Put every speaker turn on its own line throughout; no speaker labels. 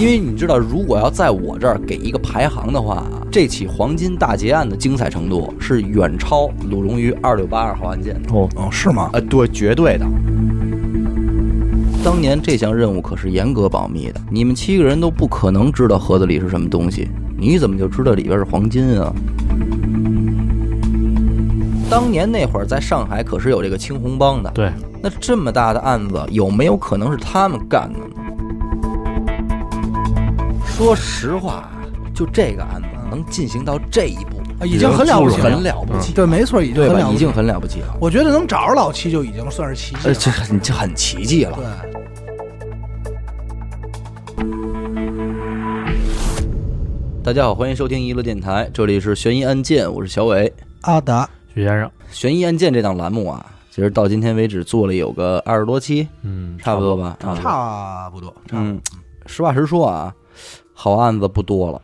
为你知道，如果要在我这儿给一个排行的话，这起黄金大劫案的精彩程度是远超鲁龙鱼二六八二号案件的。
哦，
哦，是吗？
呃，对，绝对的。当年这项任务可是严格保密的，你们七个人都不可能知道盒子里是什么东西。你怎么就知道里边是黄金啊？当年那会儿在上海可是有这个青红帮的，
对，
那这么大的案子，有没有可能是他们干的呢？说实话，啊就这个案子啊能进行到这一步，
啊已经很了不起
很了不起，
对，没错，已经
对
很
吧？
了
已
不起
经很了不起了，
我觉得能找着老七就已经算是奇迹
呃，
了。
这很这很奇迹了。
对，
大家好，欢迎收听娱乐电台，这里是悬疑案件，我是小伟。
阿达，
许先生，
悬疑案件这档栏目啊，其实到今天为止做了有个二十多期，
嗯，
差不多吧？啊，
差不多，差不多
嗯，实话实说啊，好案子不多了。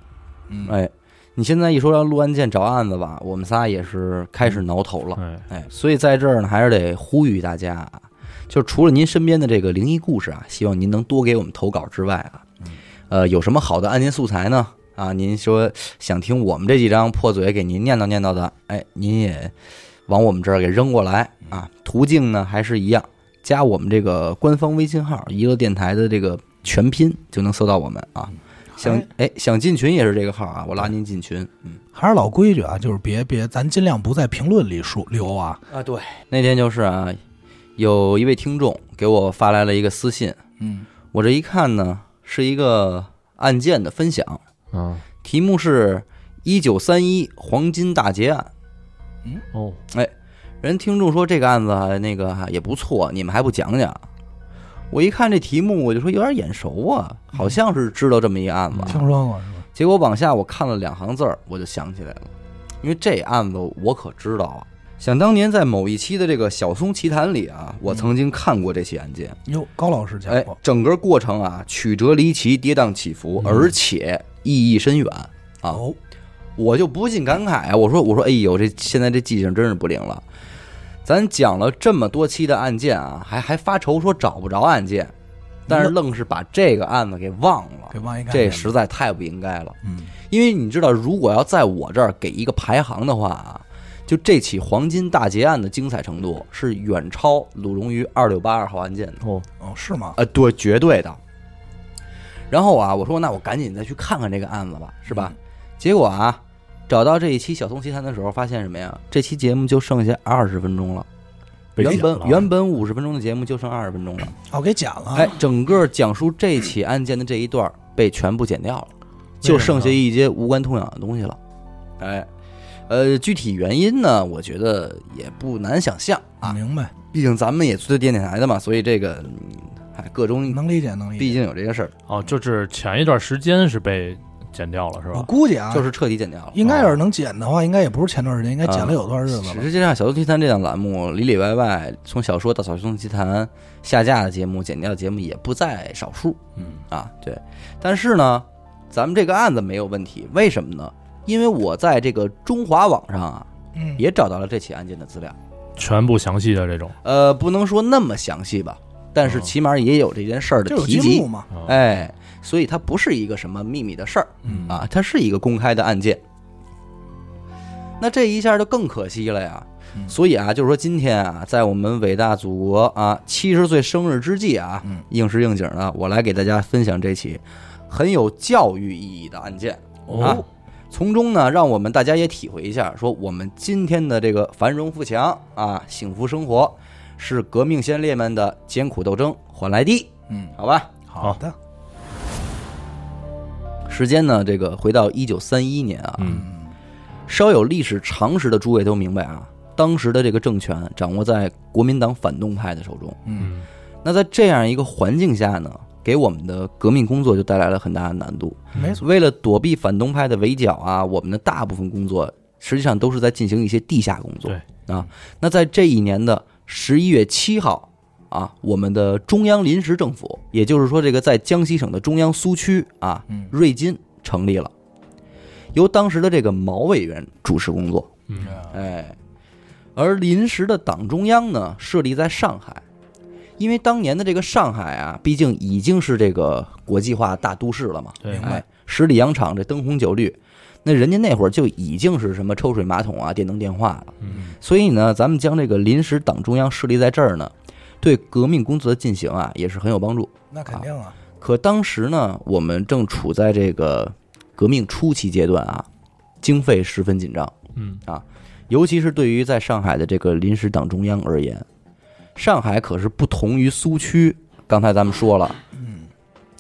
嗯
哎，你现在一说要录案件找案子吧，我们仨也是开始挠头了。
哎，
哎，所以在这儿呢，还是得呼吁大家啊，就除了您身边的这个灵异故事啊，希望您能多给我们投稿之外啊，呃，有什么好的案件素材呢？啊，您说想听我们这几张破嘴给您念叨念叨的，哎，您也往我们这儿给扔过来啊。途径呢还是一样，加我们这个官方微信号“娱乐电台”的这个全拼就能搜到我们啊。想
还
哎想进群也是这个号啊，我拉您进群。嗯
还是老规矩啊，就是别别，咱尽量不在评论里说留啊。
啊，对，那天就是啊，有一位听众给我发来了一个私信，
嗯，
我这一看呢，是一个案件的分享，
啊，
题目是“一九三一黄金大劫案
哦，”。
人听众说这个案子啊那个啊也不错，你们还不讲讲？我一看这题目，我就说有点眼熟啊，好像是知道这么一案子。啊
听说啊过是吧？
结果往下我看了两行字儿，我就想起来了，因为这案子我可知道啊。想当年在某一期的这个《小松奇谈》里啊，我曾经看过这起案件。
哟，高老师讲
哎
过，，
整个过程啊，曲折离奇，跌宕起伏，
嗯
而且意义深远啊！
哦，
我就不禁感慨啊，我说我说，哎呦，这现在这记性真是不灵了。咱讲了这么多期的案件啊，还还发愁说找不着案件，但是愣是把这个案子给忘了，
嗯给忘一干
这
净
实在太不应该了。
嗯，
因为你知道，如果要在我这儿给一个排行的话啊，就这起黄金大劫案的精彩程度是远超鲁龙鱼二六八二号案件的。
哦，
哦，是吗？
呃，对，绝对的。然后啊，我说那我赶紧再去看看这个案子吧，是
嗯
吧？结果啊，找到这一期《小松奇谈》的时候，发现什么呀？这期节目就剩下二十分钟了，
被
原
剪
本
了啊
原本五十分钟的节目就剩二十分钟了。
哦，给剪了。
哎，，整个讲述这起案件的这一段儿被全部剪掉了，就剩下一些无关痛痒的东西了。哎，呃，具体原因呢，我觉得也不难想象啊，
明白，
毕竟咱们也做电台的嘛，所以这个嗯还各种
能理解，能
嗯
理
毕
解。
竟有这个事儿。
哦，就是前一段时间是被剪掉了，是
我
吧？
估计啊，
就是彻底剪掉了。
应该要是能剪的话，应该也不是前段时间，应该剪
啊
了有段日子了。
实际上，《小松奇谈》这档栏目里里外外，从小说到《小松奇谈》下架的节目、剪掉的节目也不在少数
嗯，
啊。对，但是呢，咱们这个案子没有问题，为什么呢？因为我在这个中华网上啊，
嗯，
也找到了这起案件的资料。
全部详细的这种，
呃，不能说那么详细吧，但是
哦
起码也有这件事儿
嗯就
的
有
提
积
及
木。嘛。
啊，
哎，所以它不是一个什么秘密的事儿。
嗯
啊，它是一个公开的案件。那这一下就更可惜了呀。
嗯
所以啊，就是说今天啊，在我们伟大祖国啊七十岁生日之际啊
嗯，
应时应景的，我来给大家分享这起很有教育意义的案件啊
哦。
从中呢，让我们大家也体会一下，说我们今天的这个繁荣富强啊，幸福生活，是革命先烈们的艰苦斗争换来的，
嗯，
好吧？
好的，
时间呢，这个回到一九三一年啊，
嗯，
嗯，
稍有历史常识的诸位都明白啊，当时的这个政权掌握在国民党反动派的手中。
嗯，
那在这样一个环境下呢，给我们的革命工作就带来了很大的难度。
嗯没错，
为了躲避反动派的围剿啊，我们的大部分工作实际上都是在进行一些地下工作。啊，那在这一年的十一月七号啊，我们的中央临时政府，也就是说这个在江西省的中央苏区啊
嗯，
瑞金成立了，由当时的这个毛委员主持工作。
啊
嗯，
哎，而临时的党中央呢，设立在上海，因为当年的这个上海啊，毕竟已经是这个国际化大都市了嘛，
对
明白
哎，十里洋场这灯红酒绿，那人家那会儿就已经是什么抽水马桶啊、电灯电话了。
嗯
所以呢，咱们将这个临时党中央设立在这儿呢，对革命工作的进行啊也是很有帮助。
那肯定啊，
可当时呢，我们正处在这个革命初期阶段啊，经费十分紧张，
嗯
尤其是对于在上海的这个临时党中央而言，上海可是不同于苏区。刚才咱们说了，
嗯，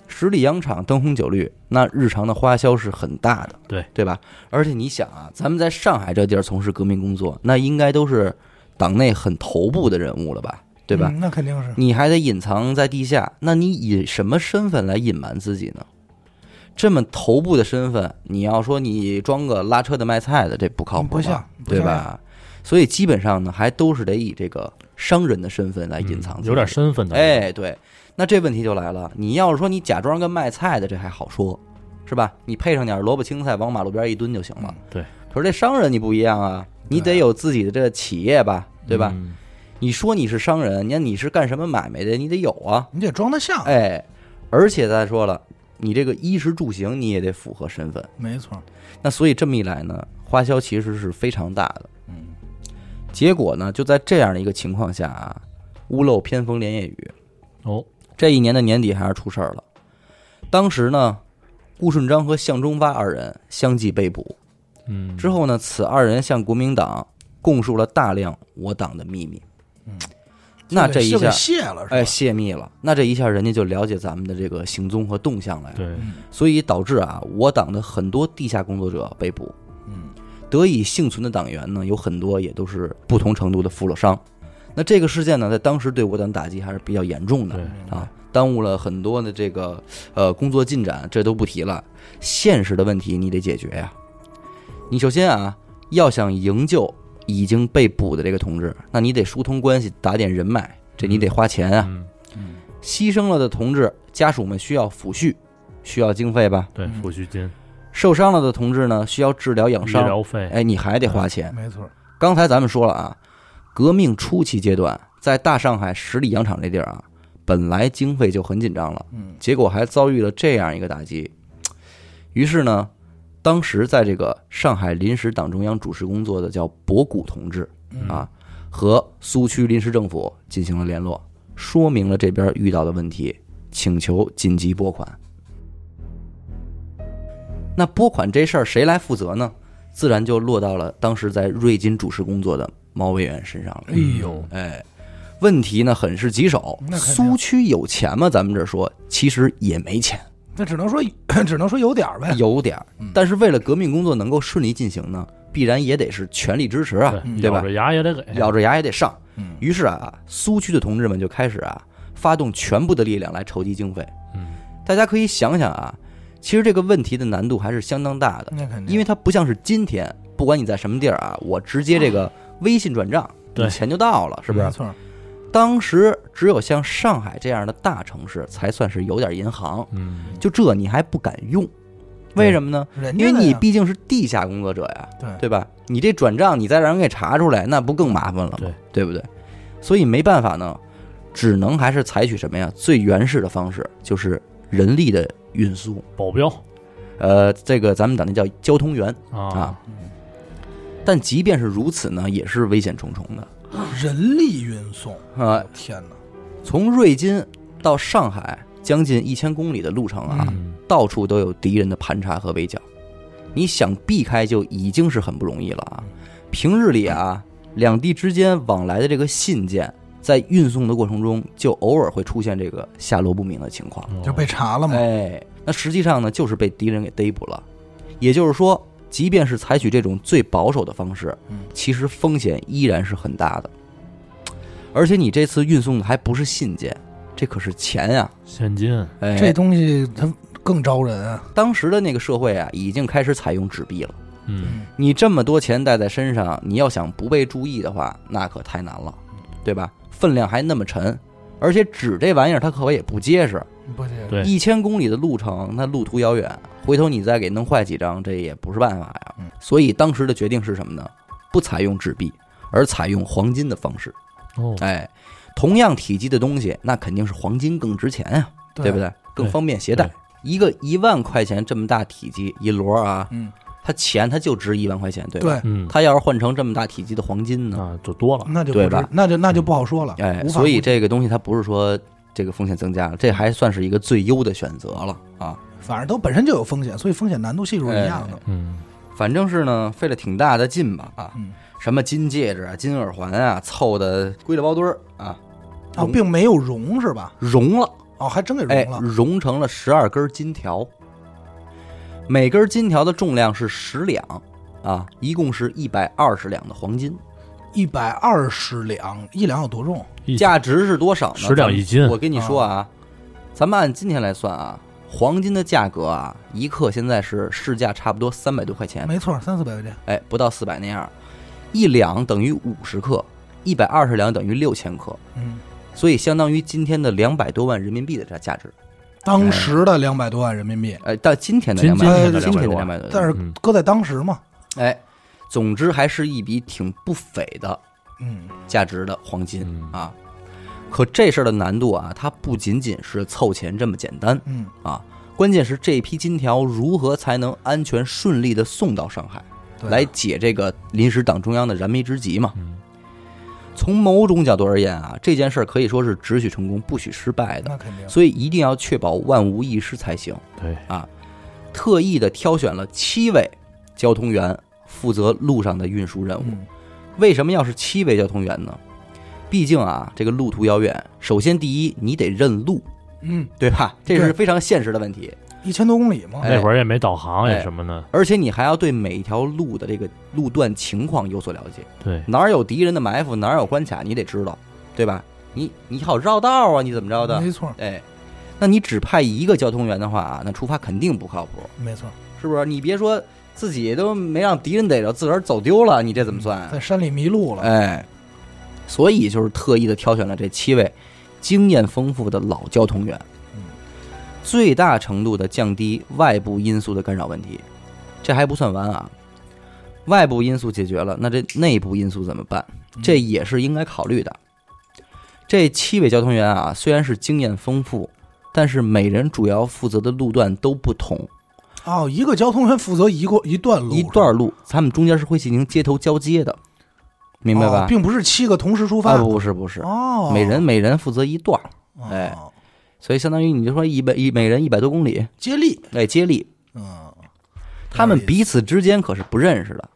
十里洋场灯红酒绿，那日常的花销是很大的，
对
对吧？而且你想啊，咱们在上海这地儿从事革命工作，那应该都是党内很头部的人物了吧，对吧？
嗯那肯定是，
你还得隐藏在地下，那你以什么身份来隐瞒自己呢？这么头部的身份，你要说你装个拉车的、卖菜的，这不靠
嗯
谱吧，
不像，不
对
像
吧？所以基本上呢，还都是得以这个商人的身份来隐藏自己，
嗯有点身份的，，
哎，对，那这问题就来了，你要是说你假装个卖菜的，这还好说，是吧？你配上点萝卜青菜，往马路边一蹲就行了
嗯。
对，
可是这商人你不一样啊，你
对
得有自己的这个企业吧，对吧？
嗯？
你说你是商人，你看你是干什么买卖的，你得有啊。
你得装得像，
哎，而且再说了，你这个衣食住行你也得符合身份。
没错，
那所以这么一来呢，花销其实是非常大的。
嗯，
结果呢，就在这样的一个情况下啊，屋漏偏逢连夜雨，
哦，
这一年的年底还是出事儿了。当时呢，顾顺章和向忠发二人相继被捕。
嗯，
之后呢，此二人向国民党供述了大量我党的秘密。
嗯，
那
就
这
给
一
就给
下，
卸了是吧？
哎，泄密了。那这一下，人家就了解咱们的这个行踪和动向来了。
对，
嗯
所以导致啊，我党的很多地下工作者被捕，
嗯，
得以幸存的党员呢，有很多也都是不同程度的负了伤。那这个事件呢，在当时对我党打击还是比较严重的。
对，
明白
啊，耽误了很多的这个呃工作进展，这都不提了。现实的问题你得解决呀、你首先啊，要想营救已经被捕的这个同志，那你得疏通关系，打点人脉，这你得花钱啊。
嗯，
嗯
牺牲了的同志家属们需要抚恤，需要经费吧？
对，
嗯
抚恤金、
受伤了的同志呢，需要治疗养
医
伤，
疗费，
哎，你还得花钱。
没错，
刚才咱们说了啊，革命初期阶段，在大上海十里洋场这地儿啊，本来经费就很紧张了。
嗯，
结果还遭遇了这样一个打击。于是呢，当时在这个上海临时党中央主持工作的叫博古同志
嗯
啊，和苏区临时政府进行了联络，说明了这边遇到的问题，请求紧急拨款。那拨款这事儿谁来负责呢？自然就落到了当时在瑞金主持工作的毛委员身上了。
嗯
哎呦，
哎，问题呢很是棘手。
那肯定
苏区有钱吗？咱们这说其实也没钱，
那只能说 只能说有点儿呗，
有点儿
嗯。
但是为了革命工作能够顺利进行呢，必然也得是全力支持啊，
对
对吧
咬着牙也得给，
咬着牙也得上。
嗯
于是啊，苏区的同志们就开始啊，发动全部的力量来筹集经费。
嗯，
大家可以想想啊，其实这个问题的难度还是相当大
嗯
的，
那肯定，
因为它不像是今天，不管你在什么地儿啊，我直接这个微信转账，
嗯对
你钱就到了，是不是
没？错，
当时只有像上海这样的大城市才算是有点银行，
嗯，
就这你还不敢用，
对
为什么呢？
人
因
家
为
的
你
呀
毕竟是地下工作者呀，
对
对吧？你这转账你再让人给查出来，那不更麻烦了吗？
对
不对？所以没办法呢，只能还是采取什么呀？最原始的方式就是人力的运输，
保镖
呃，这个咱们管那叫交通员啊
啊，。
嗯
但即便是如此呢，也是危险重重的。
人力运送，
呃，
天哪，
从瑞金到上海将近一千公里的路程啊，
嗯
到处都有敌人的盘查和围剿，你想避开就已经是很不容易了啊。平日里啊，两地之间往来的这个信件，在运送的过程中，就偶尔会出现这个下落不明的情况。
就
哦
被查了嘛，
哎，那实际上呢，就是被敌人给逮捕了。也就是说，即便是采取这种最保守的方式
嗯，
其实风险依然是很大的。而且你这次运送的还不是信件，这可是钱啊呀、
现金，嗯
哎，
这东西它更招人啊，
当时的那个社会啊，已经开始采用纸币了。
嗯，
你这么多钱带在身上，你要想不被注意的话，那可太难了，对吧？分量还那么沉，而且纸这玩意儿它可也不结实，
嗯不是，
对
一千公里的路程，那路途遥远，回头你再给弄坏几张，这也不是办法呀
嗯。
所以当时的决定是什么呢？不采用纸币，而采用黄金的方式。
哦，
哎，同样体积的东西，那肯定是黄金更值钱啊呀、对不？对？更方便携带
对。
一个一万块钱这么大体积一摞啊，
嗯，
它钱它就值一万块钱，对吧？
对，
嗯，
它要是换成这么大体积的黄金呢？
啊，就多了，
那就不
对
知
吧
那就那就不好说了。
哎，
啊无法
所以
估计
这个东西它不是说这个风险增加了，这还算是一个最优的选择了啊。
反正都本身就有风险，所以风险难度系数是一样的。
嗯，
反正是呢，费了挺大的劲吧啊，
嗯，
什么金戒指啊、金耳环啊，凑的归了包堆儿啊，
哦，并没有融是吧？
融了，
哦，还真给
哎
融，了。
融成了十二根金条，每根金条的重量是十两啊，一共是一百二十两的黄金，
一百二十两，一两有多重？
一
价值是多少呢？
10两一斤
我跟你说啊，咱们按今天来算啊，黄金的价格啊，一克现在是市价差不多三百多块钱，
没错，三四百块钱。
哎，不到四百那样，一两等于五十克，一百二十两等于六千克，
嗯，
所以相当于今天的两百多万人民币的这价值。
当时的两百多万人民币，
哎，到今天的
今
两百，
今天的
今天的两
200
百多，
但是
嗯
搁在当时嘛，
哎，总之还是一笔挺不菲的
嗯，
价值的黄金
嗯
啊。可这事儿的难度啊，它不仅仅是凑钱这么简单。
嗯，
啊，关键是这批金条如何才能安全顺利的送到上海，
对啊
来解这个临时党中央的燃眉之急嘛？
嗯
从某种角度而言啊，这件事儿可以说是只许成功不许失败的，
那肯定。
所以一定要确保万无一失才行。
对，
特意的挑选了七位交通员负责路上的运输任务。
嗯，
为什么要是七位交通员呢？毕竟啊，这个路途遥远，首先第一，你得认路，
嗯，
对吧？这是
对
非常现实的问题。
一千多公里嘛，
哎
那会儿也没导航
哎
也什么的，
而且你还要对每一条路的这个路段情况有所了解，
对，
哪儿有敌人的埋伏，哪儿有关卡，你得知道，对吧？你你好绕道啊，你怎么着的？
没错，
哎，那你只派一个交通员的话啊，那出发肯定不靠谱，
没错。
是不是？你别说自己都没让敌人逮着，自个儿走丢了，你这怎么算啊？
在山里迷路了，
哎，所以就是特意的挑选了这七位经验丰富的老交通员
嗯，
最大程度的降低外部因素的干扰问题。这还不算完啊，外部因素解决了，那这内部因素怎么办？
嗯
这也是应该考虑的。这七位交通员啊，虽然是经验丰富，但是每人主要负责的路段都不同，
哦，一个交通员负责一个一段路，
一段路他们中间是会进行街头交接的，明白
哦
吧？
并不是七个同时出发
啊，，不是不是，
哦，
每人每人负责一段儿，
哦
哎所以相当于你就说一百一每人一百多公里，
接力，
哎，接力，
嗯，
他们彼此之间可是不认识的。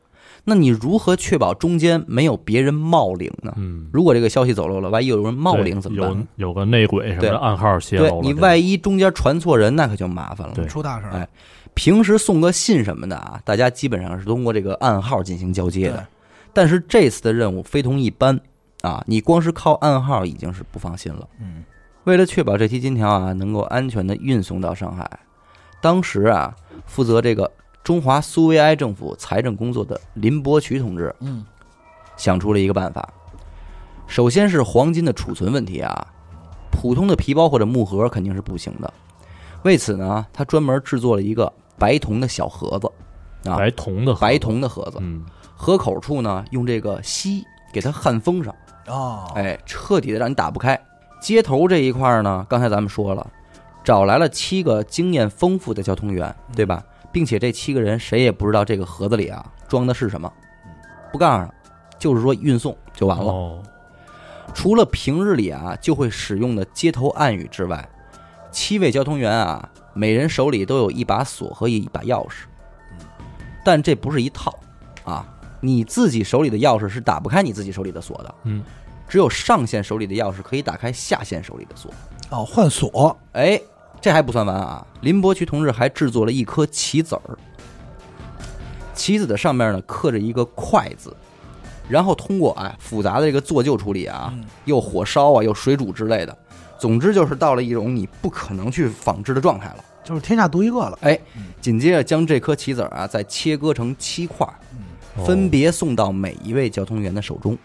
那你如何确保中间没有别人冒领呢？
嗯，
如果这个消息走漏了，万一有人冒
对
领怎么办？
有有个内鬼什么
对
的暗号泄
对
露了，
你
这
万一中间传错人，那可就麻烦了。
对
出大事儿
哎，平时送个信什么的啊，大家基本上是通过这个暗号进行交接
对，
的。但是这次的任务非同一般啊，你光是靠暗号已经是不放心了。
嗯，
为了确保这批金条啊能够安全的运送到上海，当时啊负责这个中华苏维埃政府财政工作的林伯渠同志，
嗯，
想出了一个办法。首先是黄金的储存问题啊，普通的皮包或者木盒肯定是不行的。为此呢，他专门制作了一个白铜的小盒子，啊，
白铜的盒
白，铜的盒子，
嗯，
盒口处呢用这个锡给它焊封上。
哦，
哎，彻底的让你打不开。街头这一块儿呢，刚才咱们说了，找来了七个经验丰富的交通员，对吧？并且这七个人谁也不知道这个盒子里啊装的是什么，不告诉了，就是说运送就完了。
哦，
除了平日里啊就会使用的街头暗语之外，七位交通员啊，每人手里都有一把锁和一把钥匙，但这不是一套啊，你自己手里的钥匙是打不开你自己手里的锁的。
嗯，
只有上线手里的钥匙可以打开下线手里的锁。
哦，换锁，
哎，这还不算完啊！林伯渠同志还制作了一颗棋子儿，棋子的上面呢刻着一个“快”字，然后通过哎复杂的这个做旧处理啊，又火烧啊，又水煮之类的，总之就是到了一种你不可能去仿制的状态了。
就是天下独一个了，
哎，紧接着将这颗棋子儿啊再切割成七块儿，
嗯
哦
分别送到每一位交通员的手中。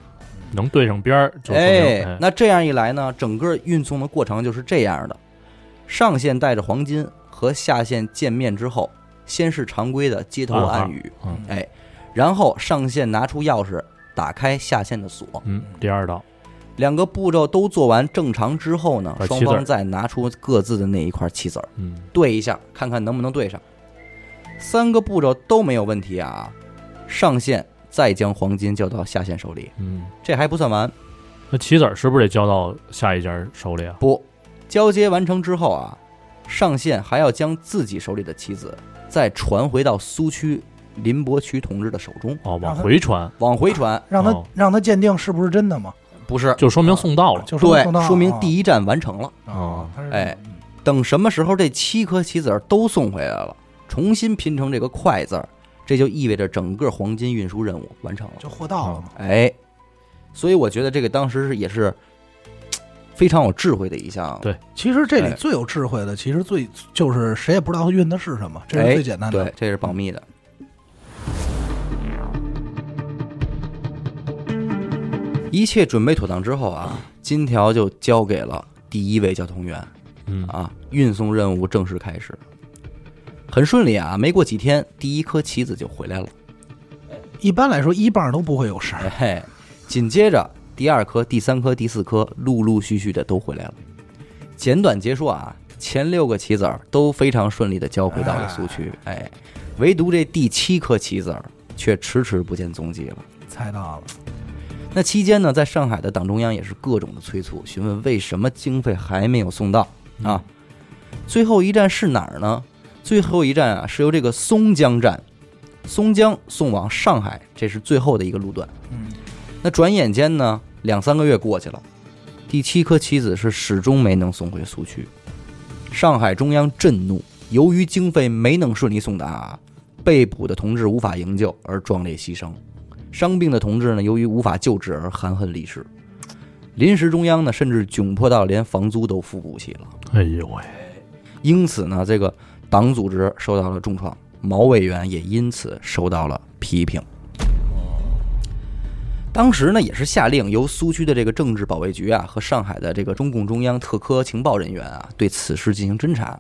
能对上边儿，就说明
哎，那这样一来呢，整个运送的过程就是这样的：上线带着黄金和下线见面之后，先是常规的街头暗语，
嗯
哎，然后上线拿出钥匙打开下线的锁，
嗯，第二道，
两个步骤都做完正常之后呢，
把
双
棋子儿
方再拿出各自的那一块棋子儿
嗯，
对一下，看看能不能对上。三个步骤都没有问题啊，上线再将黄金交到下线手里，
嗯，
这还不算完，
那棋子儿是不是得交到下一家人手里啊？
不，交接完成之后啊，上线还要将自己手里的棋子再传回到苏区林伯渠同志的手中，
哦，
让
往
他
回传，
往回传，
让他
哦
让他鉴定是不是真的嘛？
不是
就说明送到了。
就
对，
说
说明第
一
一站完成了。
啊，他是
哦哎，等什么时候这七颗棋子儿都送回来了，重新拼成这个“快”字儿，这就意味着整个黄金运输任务完成了。
就获到了嘛。
哎，所以我觉得这个当时是也是嘖非常有智慧的一项。
对
其实这
哎
里最有智慧的，其实最就是谁也不知道他运的是什么，这
哎
是最简单的。
对，这是保密的。一切准备妥当之后啊，金条就交给了第一位交通员。
嗯，
啊，运送任务正式开始，很顺利啊。没过几天，第一颗棋子就回来了。
一般来说，一棒都不会有事儿。
哎嘿，紧接着第二颗、第三颗、第四颗，陆陆续续的都回来了。简短结束啊，前六个棋子儿都非常顺利的交回到了苏区，哎，唯独这第七颗棋子儿却迟迟不见踪迹了。
猜到了，
那期间呢，在上海的党中央也是各种的催促，询问为什么经费还没有送到啊。最后一站是哪儿呢？最后一站啊，是由这个松江站，松江送往上海，这是最后的一个路段。
嗯，
那转眼间呢，两三个月过去了，第七颗棋子是始终没能送回苏区。上海中央震怒，由于经费没能顺利送达，被捕的同志无法营救而壮烈牺牲，伤病的同志呢，由于无法救治而含恨离世。临时中央呢，甚至窘迫到连房租都付不起了，
哎呦喂，
因此呢，这个党组织受到了重创，毛委员也因此受到了批评。当时呢，也是下令由苏区的这个政治保卫局啊和上海的这个中共中央特科情报人员啊对此事进行侦查，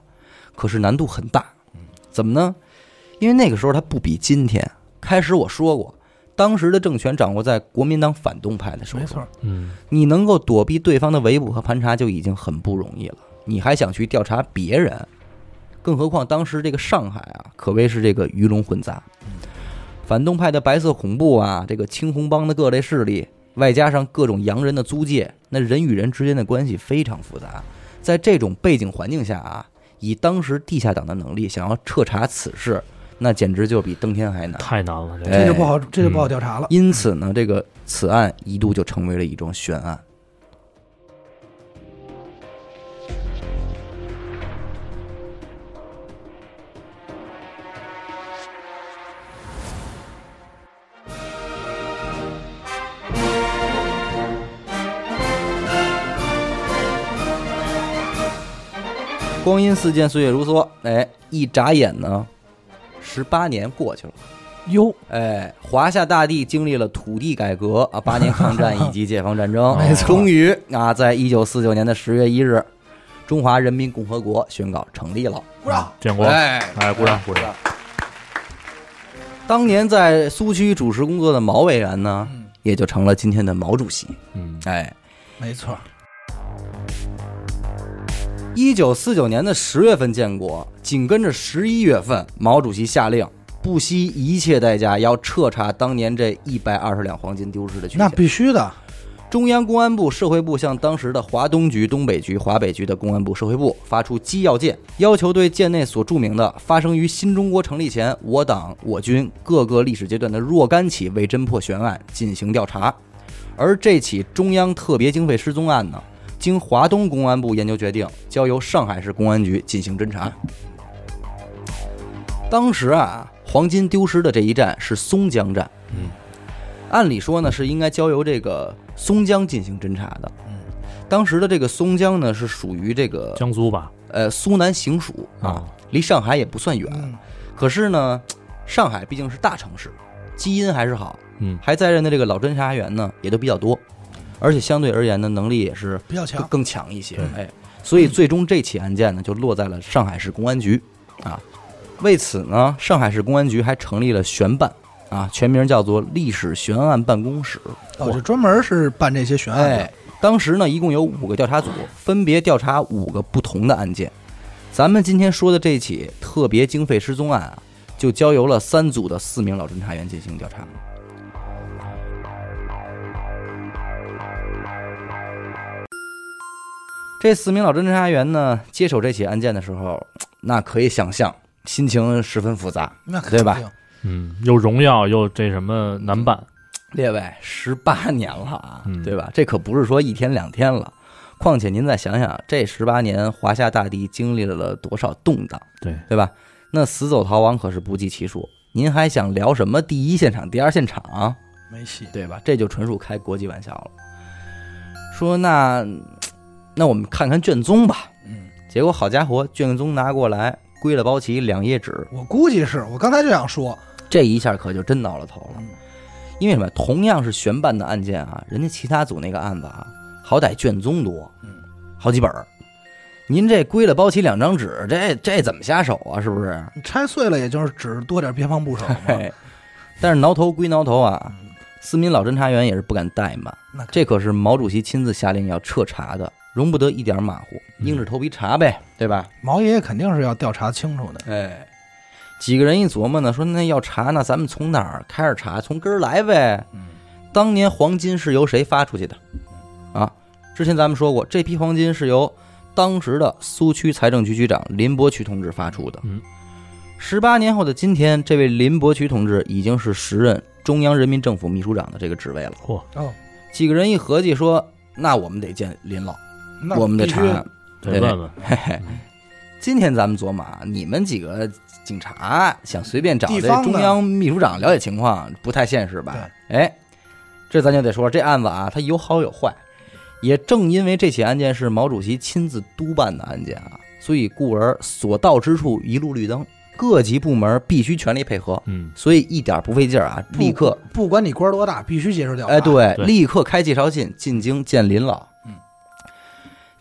可是难度很大。怎么呢？因为那个时候它不比今天。开始我说过，当时的政权掌握在国民党反动派的手
没
中，
错，
嗯，
你能够躲避对方的围捕和盘查就已经很不容易了，你还想去调查别人？更何况当时这个上海啊，可谓是这个鱼龙混杂，反动派的白色恐怖啊，这个青红帮的各类势力，外加上各种洋人的租界，那人与人之间的关系非常复杂。在这种背景环境下啊，以当时地下党的能力，想要彻查此事，那简直就比登天还难。
太难了，这
哎
这就不好，这就不好调查了。
因此呢，这个此案一度就成为了一桩悬案。光阴似箭，岁月如梭，哎，一眨眼呢，十八年过去了。
哟，
哎，华夏大地经历了土地改革啊，八年抗战以及解放战争，
没错
终于啊，在一九四九年的十月一日，中华人民共和国宣告成立了。
鼓掌！
建国，
哎
哎，鼓掌鼓掌，
当年在苏区主持工作的毛委员呢，
嗯
也就成了今天的毛主席。
嗯，
哎，
没错，
一九四九年的十月份建国，紧跟着十一月份，毛主席下令。不惜一切代价要彻查当年这一百二十两黄金丢失的去向
那。必须的。
中央公安部、社会部向当时的华东局、东北局、华北局的公安部、社会部发出机要件，要求对舰内所注明的发生于新中国成立前我党我军各个历史阶段的若干起未侦破悬案进行调查。而这起中央特别经费失踪案呢，经华东公安部研究决定，交由上海市公安局进行侦查。当时啊，黄金丢失的这一站是松江站。
嗯，
按理说呢，是应该交由这个松江进行侦查的。
嗯，
当时的这个松江呢，是属于这个
江苏吧，
呃苏南行署啊
啊，
离上海也不算远。
嗯，
可是呢，上海毕竟是大城市，基因还是好，
嗯，
还在任的这个老侦查员呢也都比较多，而且相对而言呢，能力也是
比较
更
强。
更强一些
对。
哎，所以最终这起案件呢，就落在了上海市公安局啊。为此呢，上海市公安局还成立了悬办啊，全名叫做历史悬案办公室。
哦，就专门是办这些悬案的。
哎，当时呢，一共有五个调查组，分别调查五个不同的案件。咱们今天说的这起特别经费失踪案啊，就交由了三组的四名老侦查员进行调查。这四名老侦查员呢，接手这起案件的时候，那可以想象，心情十分复杂。
那肯
对吧
定？
嗯，又荣耀又这什么男版，
列位，十八年了啊
嗯，
对吧？这可不是说一天两天了。况且您再想想，这十八年华夏大地经历了多少动荡，
对
对吧？那死走逃亡可是不计其数。您还想聊什么第一现场、第二现场啊、
没戏。
对吧？这就纯属开国际玩笑了。说那那我们看看卷宗吧。
嗯，
结果好家伙，卷宗拿过来，归了包齐，两页纸，
我估计是我刚才就想说，
这一下可就真挠了头了
嗯。
因为什么？同样是悬办的案件啊，人家其他组那个案子啊，好歹卷宗多
嗯，
好几本儿。您这归了包齐两张纸，这这怎么下手啊？是不是？
你拆碎了也就是只多点边防部首嘛。
嘿，但是挠头归挠头啊，
嗯
四名老侦查员也是不敢怠慢。
那肯
这可是毛主席亲自下令要彻查的，容不得一点马虎，
嗯
硬着头皮查呗，对吧？
毛爷爷肯定是要调查清楚的。
哎，几个人一琢磨呢，说那要查，那咱们从哪儿开始查？从根儿来呗。
嗯，
当年黄金是由谁发出去的？啊，之前咱们说过，这批黄金是由当时的苏区财政局局长林伯渠同志发出的。
嗯，
十八年后的今天，这位林伯渠同志已经是时任中央人民政府秘书长的这个职位了。
嚯，
哦，
几个人一合计说，那我们得见林老，
那
我们得
必须
查。
得
对
问问，
嘿嘿，今天咱们琢磨啊，你们几个警察想随便找
地
这
方的
中央秘书长了解情况，不太现实吧？哎，这咱就得说这案子啊，它有好有坏。也正因为这起案件是毛主席亲自督办的案件啊，所以故而所到之处一路绿灯，各级部门必须全力配合，
嗯，
所以一点不费劲儿啊，
不
立刻
不管你官儿多大，必须接受调查。
哎，，对，
对
立刻开介绍信进京见林老。
嗯，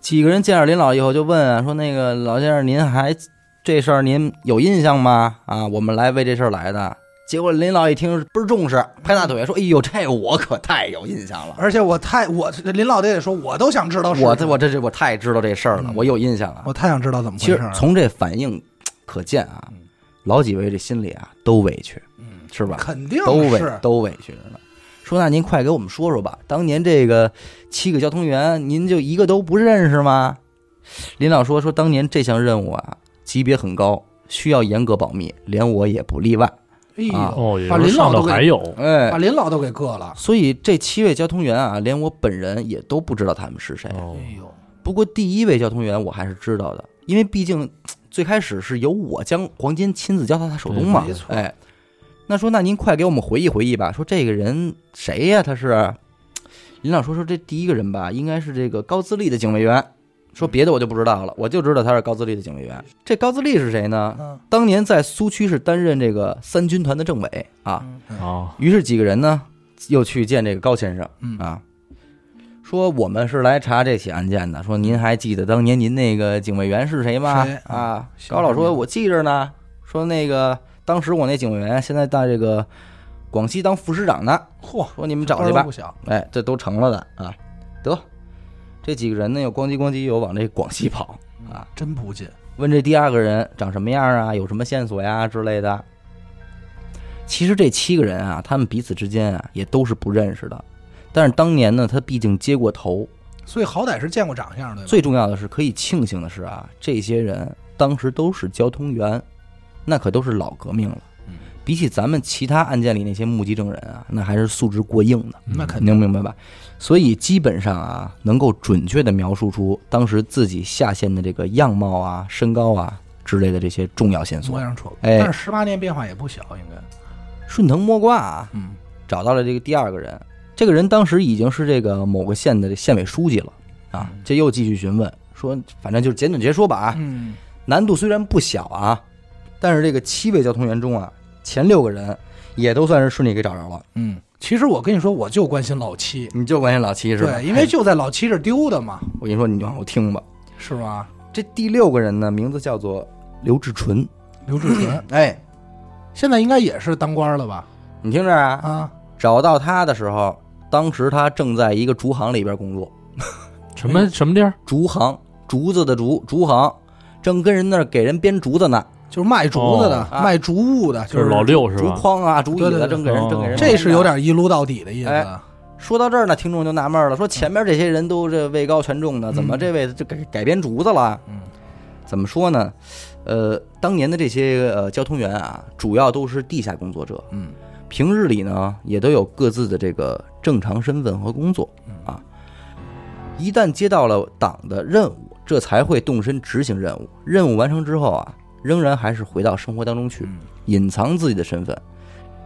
几个人见着林老以后就问啊，说那个老先生，您还这事儿您有印象吗？啊，我们来为这事儿来的。结果林老一听倍儿重视，拍大腿说：“哎呦，这我可太有印象了，
而且我太我林老爹也说，我都想知道是
我
什
这
么
我这这我太知道这事儿了，
嗯
我有印象了。
我太想知道怎么
其
回事
实
儿了。
从这反应可见啊
嗯，
老几位这心里啊都委屈，
嗯，
是吧？
肯定
都委
是
都委屈着呢。说那您快给我们说说吧，当年这个七个交通员，您就一个都不认识吗？林老说说当年这项任务啊，级别很高，需要严格保密，连我也不例外。
哎呦，
啊
哦，也
把
就是
林老
上
都
头
给
还有，
把
哎，
林老都给硌了。
所以这七位交通员啊，连我本人也都不知道他们是谁。
哦，
哎呦，
不过第一位交通员我还是知道的，因为毕竟最开始是由我将黄金亲自交到他手中嘛。
对没错
哎，那说那您快给我们回忆回忆吧，说这个人谁呀、他是林老说说这第一个人吧，应该是这个高自立的警卫员。说别的我就不知道了，我就知道他是高自立的警卫员。这高自立是谁呢？
嗯
当年在苏区是担任这个三军团的政委啊。
嗯
啊，
于是几个人呢又去见这个高先生。
嗯
啊，说我们是来查这起案件的。说您还记得当年您那个警卫员是谁吗
谁？啊
啊，
姓
高老
什么
说
呀
我记着呢。说那个当时我那警卫员现在在这个广西当副师长呢。
嚯，
说你们找
官
去
儿
吧
都不。小，
哎，这都成了的啊。得，这几个人呢又咣叽咣叽又往这广西跑啊。
真不近。
问这第二个人长什么样啊，有什么线索呀之类的。其实这七个人啊，他们彼此之间啊也都是不认识的，但是当年呢，他毕竟接过头。
所以好歹是见过长相，对吧？
最重要的是，可以庆幸的是啊，这些人当时都是交通员，那可都是老革命了
嗯。
比起咱们其他案件里那些目击证人啊，那还是素质过硬的。
嗯
那肯
你能明白吧？所以基本上啊，能够准确的描述出当时自己下线的这个样貌啊、身高啊之类的这些重要线
模
索，
样丑，
哎
但是十八年变化也不小，应该。
顺藤摸瓜啊，
嗯，
找到了这个第二个人。这个人当时已经是这个某个县的县委书记了啊，这又继续询问说，反正就是简短截说吧啊，
嗯，
难度虽然不小啊，但是这个七位交通员中啊，前六个人也都算是顺利给找着了。
嗯，其实我跟你说，我就关心老七，
你就关心老七是吧？哎
对，因为就在老七这儿丢的嘛，
我跟你说，你就往后听吧。
是吧？
这第六个人呢，名字叫做刘志纯。
刘 志纯
哎，
现在应该也是当官了吧？
你听着啊，
啊，
找到他的时候，当时他正在一个竹行里边工作，
什么什么地儿？
竹行，竹子的竹，竹行，正跟人那儿给人编竹子呢，
就是卖竹子的
哦、啊
卖竹物的，
就
就是
是老六是
竹
吧？
筐啊，竹椅
对对
子，
对
正给人
哦
正给人。
这是有。点一撸到底的意思。啊
哎说到这儿呢，听众就纳闷了，说前面这些人都这位高权重的，怎么
嗯
这位就改改编竹子了？
嗯，
怎么说呢？呃，当年的这些呃交通员啊，主要都是地下工作者，
嗯，
平日里呢也都有各自的这个正常身份和工作
嗯
啊。一旦接到了党的任务，这才会动身执行任务。任务完成之后啊，仍然还是回到生活当中去，
嗯
隐藏自己的身份。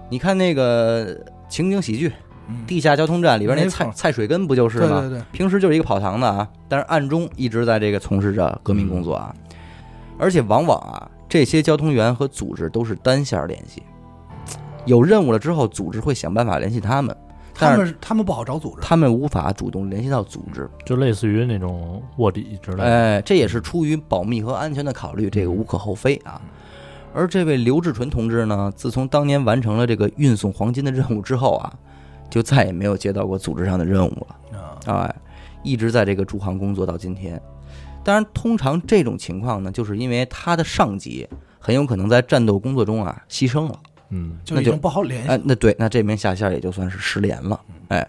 你看那个情景喜剧《
嗯
地下交通站》里边那
没
蔡
错
蔡水根不就是
对
吗？
对对，
平时就是一个跑堂的啊，但是暗中一直在这个从事着革命工作啊，而且往往啊，这些交通员和组织都是单线联系，有任务了之后，组织会想办法联系他们，
他
但
们他们不好找组织，
他们无法主动联系到组织，
就类似于那种卧底之类的。
哎，这也是出于保密和安全的考虑，这个无可厚非啊。而这位刘志纯同志呢，自从当年完成了这个运送黄金的任务之后啊，就再也没有接到过组织上的任务了。
啊
哎，一直在这个驻航工作到今天。当然，通常这种情况呢，就是因为他的上级很有可能在战斗工作中啊牺牲了，
嗯，
就已
那
经不好联系嗯
哎，那对，那这名下线也就算是失联了，哎，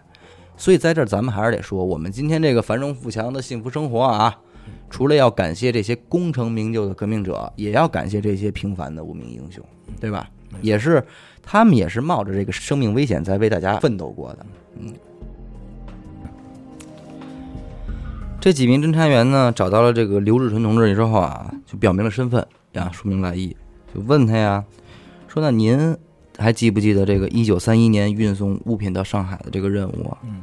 所以在这儿咱们还是得说，我们今天这个繁荣富强的幸福生活啊，
嗯
除了要感谢这些功成名就的革命者，也要感谢这些平凡的无名英雄，对吧？也是，他们也是冒着这个生命危险在为大家奋斗过的。嗯，这几名侦查员呢，找到了这个刘志纯同志之后啊，就表明了身份呀，说明来意，就问他呀，说那您还记不记得这个一九三一年运送物品到上海的这个任务啊？
嗯，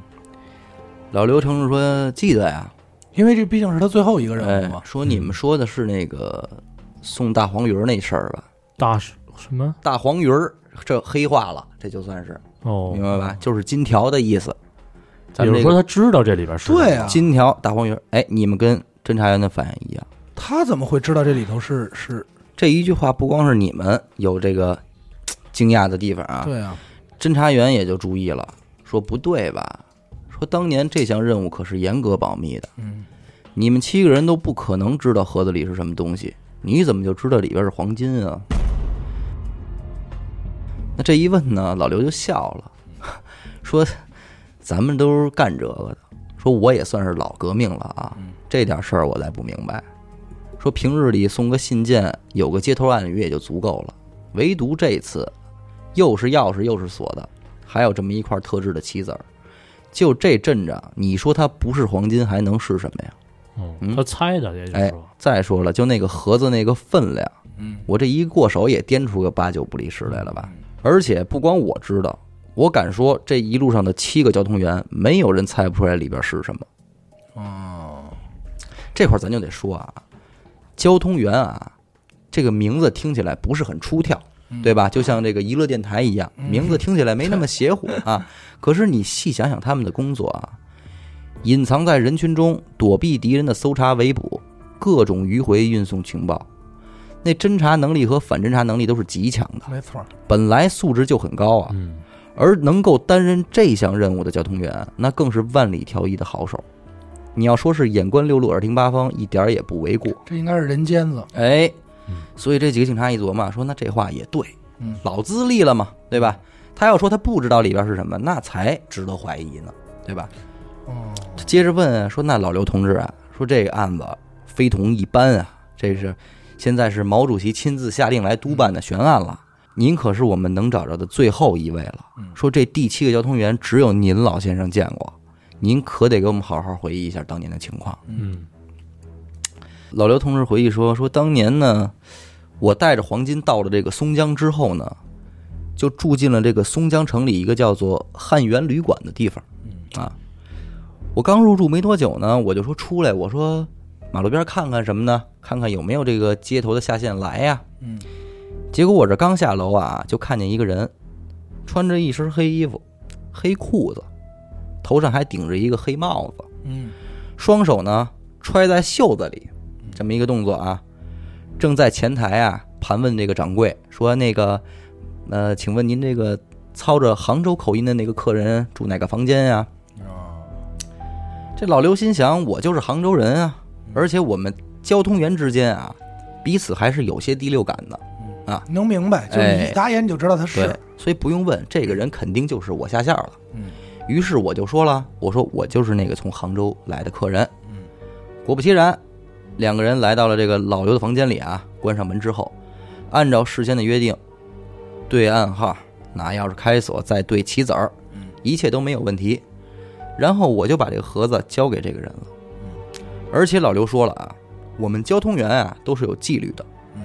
老刘同志说记得呀，
因为这毕竟是他最后一个任
哎
务啊嘛，。
说你们说的是那个送大黄鱼儿那事儿吧？
大什什么？
大黄鱼儿这黑化了，这就算是
哦
明，白吧？就是金条的意思。咱
也
们
就是
这
说
个
他知道这里边是什么
对啊，
金条大黄鱼儿，哎，你们跟侦查员的反应一样。
他怎么会知道这里头是是？
这一句话不光是你们有这个嘖惊讶的地方啊，
对啊，
侦查员也就注意了，说不对吧？说当年这项任务可是严格保密的，
嗯，
你们七个人都不可能知道盒子里是什么东西，你怎么就知道里边是黄金啊？ 那这一问呢，老刘就笑了， 说：“咱们都是干这个的，说我也算是老革命了啊，这点事儿我才不明白。说平日里送个信件，有个街头暗语也就足够了，唯独这次，又是钥匙又是锁的，还有这么一块特制的棋子儿，就这阵仗，你说它不是黄金还能是什么呀？”嗯
嗯，他猜的，也就是
哎
说，
再说了，就那个盒子那个分量，
嗯，
我这一过手也掂出个八九不离十来了吧？而且不光我知道，我敢说这一路上的七个交通员，没有人猜不出来里边是什么。
哦，
这块儿咱就得说啊，交通员啊，这个名字听起来不是很出挑，对吧？就像这个娱乐电台一样，名字听起来没那么邪乎啊。可是你细想想他们的工作啊，隐藏在人群中，躲避敌人的搜查围捕，各种迂回运送情报，那侦查能力和反侦查能力都是极强的，
没错，
本来素质就很高啊。
嗯，
而能够担任这项任务的交通员，那更是万里挑一的好手。你要说是眼观六路，耳听八方，一点儿也不为过。
这应该是人尖子，
哎
嗯，
所以这几个警察一琢磨，说那这话也对
嗯，
老资历了嘛，对吧？他要说他不知道里边是什么，那才值得怀疑呢，对吧？
哦，
接着问说：“那老刘同志啊，说这个案子非同一般啊，这是现在是毛主席亲自下令来督办的悬案了。您可是我们能找着的最后一位了。说这第七个交通员只有您老先生见过，您可得给我们好好回忆一下当年的情况。”
嗯，
老刘同志回忆说：“说当年呢，我带着黄金到了这个松江之后呢，就住进了这个松江城里一个叫做汉源旅馆的地方。啊，我刚入住没多久呢，我就说出来，我说马路边看看什么呢？看看有没有这个街头的下线来呀。
嗯，
结果我这刚下楼啊，就看见一个人，穿着一身黑衣服、黑裤子，头上还顶着一个黑帽子。”
嗯，
双手呢揣在袖子里，这么一个动作啊，正在前台啊盘问这个掌柜说那个，呃，请问您这个操着杭州口音的那个客人住哪个房间呀、
嗯哦，
啊这老刘心想，我就是杭州人啊，而且我们交通员之间啊，彼此还是有些第六感的。
能明白，就是你
哎
一打眼你就知道他是
对，，所以不用问，这个人肯定就是我下线了。
嗯，
于是我就说了，我说我就是那个从杭州来的客人。
嗯，
果不其然，两个人来到了这个老刘的房间里啊，关上门之后，按照事先的约定，对暗号，拿钥匙开锁，再对棋子儿
嗯，
一切都没有问题。然后我就把这个盒子交给这个人了。
嗯
而且老刘说了啊，我们交通员啊都是有纪律的，
嗯，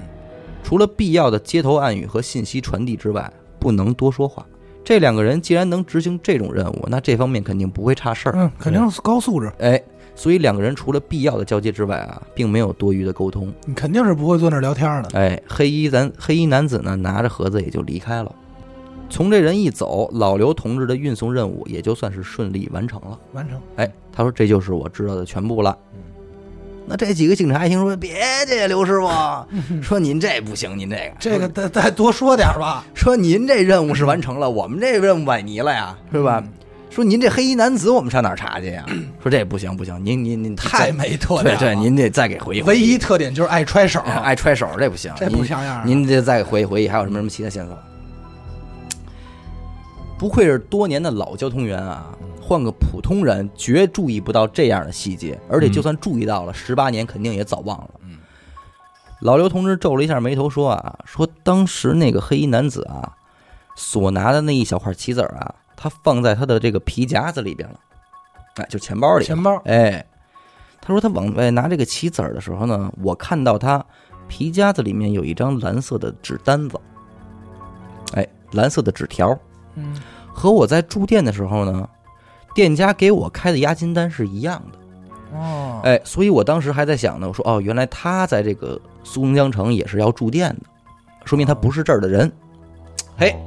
除了必要的街头暗语和信息传递之外，不能多说话。这两个人既然能执行这种任务，那这方面肯定不会差事儿。
嗯，肯定是高素质，
哎，所以两个人除了必要的交接之外啊，并没有多余的沟通。
你肯定是不会坐那儿聊天的。
哎，黑衣男黑衣男子呢，拿着盒子也就离开了。从这人一走，老刘同志的运送任务也就算是顺利完成了。
完成，
哎，他说这就是我知道的全部了
嗯。
那这几个警察一听说，别介，刘师 傅，说您这不行，您这个
这个再再多说点儿吧，
说您这任务是完成了，我们这任务崴泥了呀，是吧？
嗯
说您这黑衣男子，我们上哪儿查 去呀？说这不行不行，您您您
太
再
没特点
对
了。
对，您得再给回一回，
唯一特点就是爱揣手，
哎爱揣手这不行，
这不像样啊。
您您得再给回忆回忆，还有什么什么其他线索？不愧是多年的老交通员啊，
嗯
换个普通人绝注意不到这样的细节，而且就算注意到了，十八年肯定也早忘了。
嗯，
老刘同志皱了一下眉头说啊，说当时那个黑衣男子啊，所拿的那一小块棋子儿啊，他放在他的这个皮夹子里边了，哎，就钱包里。
钱包，
哎，他说他往外拿这个棋子儿的时候呢，我看到他皮夹子里面有一张蓝色的纸单子，哎，蓝色的纸条，
嗯，
和我在住店的时候呢，店家给我开的押金单是一样的。
哦，
哎，所以我当时还在想呢，我说哦，原来他在这个苏东江城也是要住店的，说明他不是这儿的人。嘿
哦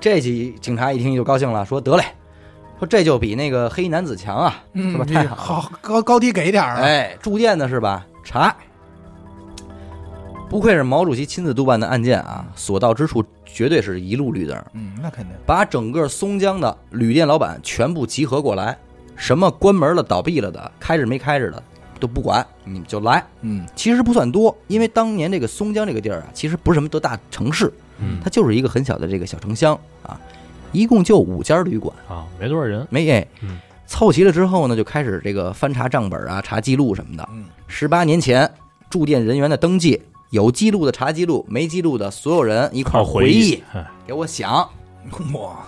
这几警察一听就高兴了，说得嘞，说这就比那个黑衣男子强啊，
嗯
是吧，
这
太好
好高高低给点儿啊。
哎，住店的是吧？查，不愧是毛主席亲自督办的案件啊，所到之处绝对是一路绿灯，
嗯，那肯定。
把整个松江的旅店老板全部集合过来，什么关门了、倒闭了的，开着没开着的都不管，你们就来。
嗯，
其实不算多，因为当年这个松江这个地儿啊，其实不是什么多大城市，
嗯
它就是一个很小的这个小城乡啊，一共就五家旅馆，
啊，没多少人，
没哎
嗯，
凑齐了之后呢，就开始这个翻查账本啊、查记录什么的。
嗯，
十八年前住店人员的登记，有记录的查记录，没记录的所有人一块儿
靠
回
忆
忆，，
哎
给我想。
哇，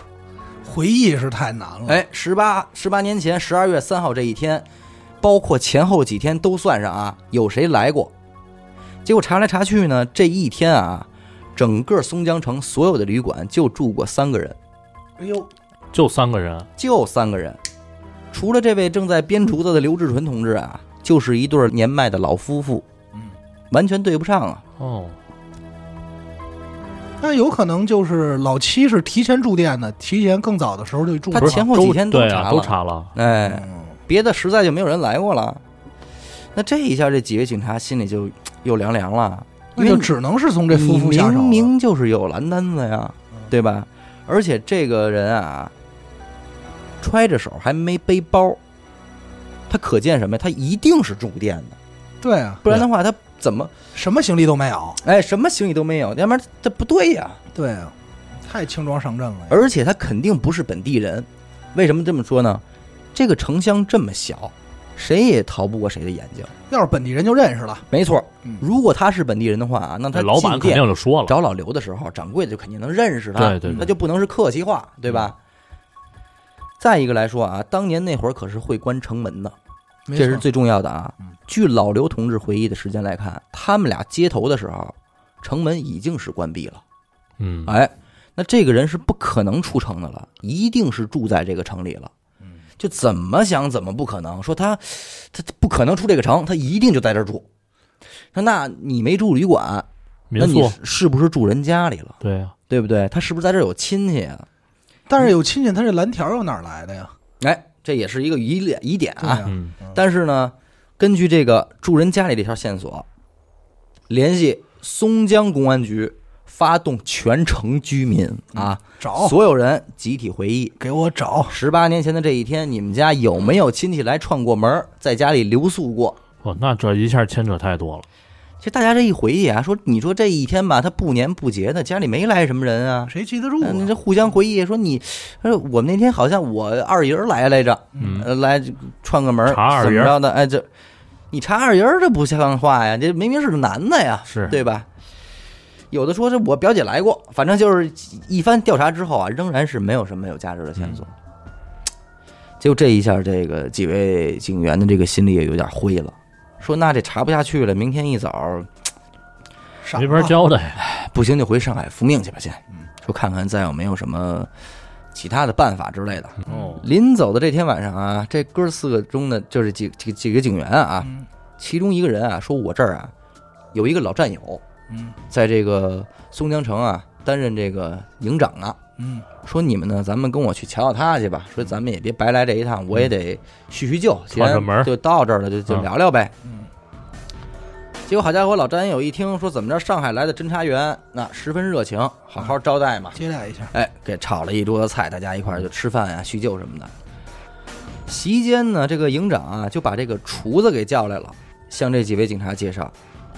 回忆是太难了。，
哎，十八十八年前十二月三号这一天，包括前后几天都算上啊，有谁来过？结果查来查去呢，这一天啊，整个松江城所有的旅馆就住过三个人，
哎呦，
就三个人，
就三个人，除了这位正在编竹子的刘志纯同志啊，就是一对儿年迈的老夫妇，
嗯，
完全对不上啊。
哦，
那有可能就是老七是提前住店的，提前更早的时候就住
他
了。
前后几天
都
都
对
查
啊，
了
都查了，
哎，
嗯，
别的实在就没有人来过了。那这一下，这几位警察心里就又凉凉了，因
那
为
就
你
只能是从这夫妇
你
下手了。
明明就是有蓝单子呀
嗯，
对吧？而且这个人啊，揣着手还没背包，他可见什么呀？他一定是住店的，
对啊，
不然的话他怎么
什么行李都没有。
哎什么行李都没有？要不然这不对呀。
对啊，太轻装上阵了。
而且他肯定不是本地人，为什么这么说呢？这个城乡这么小，谁也逃不过谁的眼睛。
要是本地人就认识了。
没错
嗯，
如果他是本地人的话啊，那他
那老板
进
肯
店
定就说了，
找老刘的时候，掌柜的就肯定能认识他，
对对嗯
那
对，
就不能是客气话，对吧？再一个来说啊，当年那会儿可是会关城门的，
没
这是
错
最重要的啊
嗯。
据老刘同志回忆的时间来看，他们俩接头的时候，城门已经是关闭了。
嗯，
哎，那这个人是不可能出城的了，一定是住在这个城里了。就怎么想怎么不可能，说他他他不可能出这个城，他一定就在这儿住。说那你没住旅馆，
民
那你
宿，
是是不是住人家里了？
对啊，
对不对？他是不是在这儿有亲戚啊？
但是有亲戚，他这蓝条又哪儿来的呀？
哎，这也是一个疑点疑点
对
啊。
呀，
嗯，
但是呢，根据这个住人家里这条线索，联系松江公安局发动全城居民啊，
找
所有人集体回忆。
给我找，
十八年前的这一天，你们家有没有亲戚来串过门儿，在家里留宿过？
哦，那这一下牵扯太多了。
其实大家这一回忆啊，说你说这一天吧，他不年不节的，家里没来什么人啊，
谁记得住啊？
嗯，这互相回忆说你，呃，我们那天好像我二姨儿来来着，
嗯，
呃，来串个门儿，
查二姨
怎么
儿
着的？哎，这你查二姨儿这不像话呀，这明明是个男的呀，
是
对吧？有的说是我表姐来过，反正就是一番调查之后啊，仍然是没有什么有价值的线索。
嗯
结果这一下，这个几位警员的这个心里也有点灰了，说那这查不下去了，明天一早
傻
没法
吧
交代。
不行就回上海复命去吧，先
嗯
说看看再有没有什么其他的办法之类的。
哦，
临走的这天晚上啊，这哥四个中呢，就是几几几个警员啊，
嗯
其中一个人啊说：“我这儿啊有一个老战友，
嗯
在这个松江城啊担任这个营长呢。
嗯，
说你们呢，咱们跟我去瞧瞧他去吧。说咱们也别白来这一趟，我也得叙叙旧，既
嗯串
然
串门儿
就到这儿了，就就
嗯
聊聊呗。
嗯
结果好家伙，老战友一听说怎么着上海来的侦查员，那十分热情，好好招待嘛。
接待一下，
哎，给炒了一桌子菜，大家一块儿就吃饭呀、叙旧什么的。席间呢，这个营长啊就把这个厨子给叫来了，向这几位警察介绍，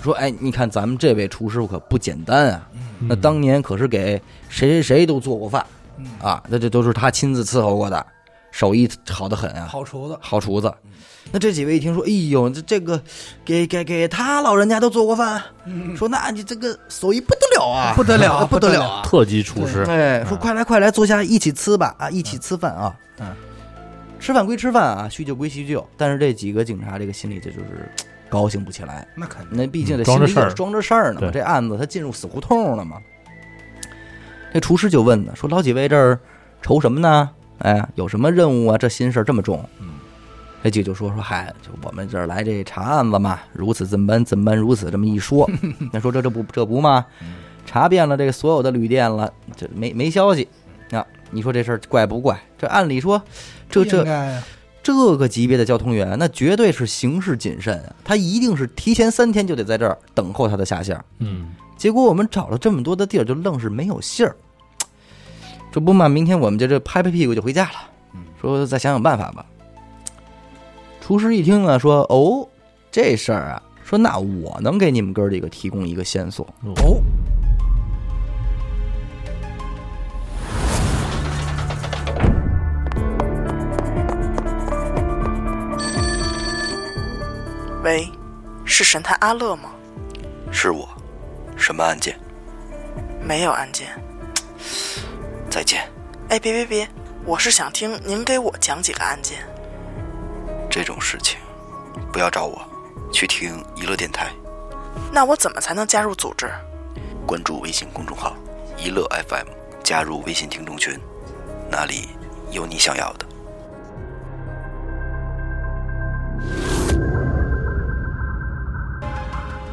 说：“哎，你看咱们这位厨师傅可不简单啊，那
嗯
当年可是给谁谁谁都做过饭
嗯，
啊，那这都是他亲自伺候过的，手艺好得很啊，
好厨子，
好厨子。”那这几位一听说，哎呦，这这个给给给他老人家都做过饭，
嗯
说那你这个手艺不得了啊，
不得了
不得了啊！
特级厨师，
哎，说
嗯
快来快来，坐下一起吃吧啊，一起吃饭啊。
嗯，
吃饭归吃饭啊，叙旧归叙旧，但是这几个警察这个心里这就是嘖高兴不起来。
那肯定
那毕竟这
嗯装
心
着
里
事儿
也装着事儿呢嘛，
对
这案子他进入死胡同了嘛。这厨师就问呢，说老几位这儿愁什么呢？哎，有什么任务啊？这心事儿这么重。
嗯，
这几个就说说，嗨，就我们这儿来这查案子嘛，如此这般这般如此这么一 说，那说这这不这不嘛，
嗯
查遍了这个所有的旅店了，这没没消息。啊，你说这事儿怪不怪？这按理说，这这
应该啊
这个级别的交通员，那绝对是行事谨慎啊，他一定是提前三天就得在这儿等候他的下线。
嗯，
结果我们找了这么多的地儿，就愣是没有信儿。这不嘛，明天我们就这拍拍屁股就回家了
嗯。
说再想想办法吧。厨师一听啊，说哦，这事儿啊，说那我能给你们哥几个提供一个线索。
哦，
喂，是神探阿乐吗？
是我，什么案件？
没有案件。
再见，
哎，别别别，我是想听您给我讲几个案件。
这种事情不要找我，去听娱乐电台，
那我怎么才能加入组织？
关注微信公众号“娱乐 FM”，加入微信听众群，那里有你想要的。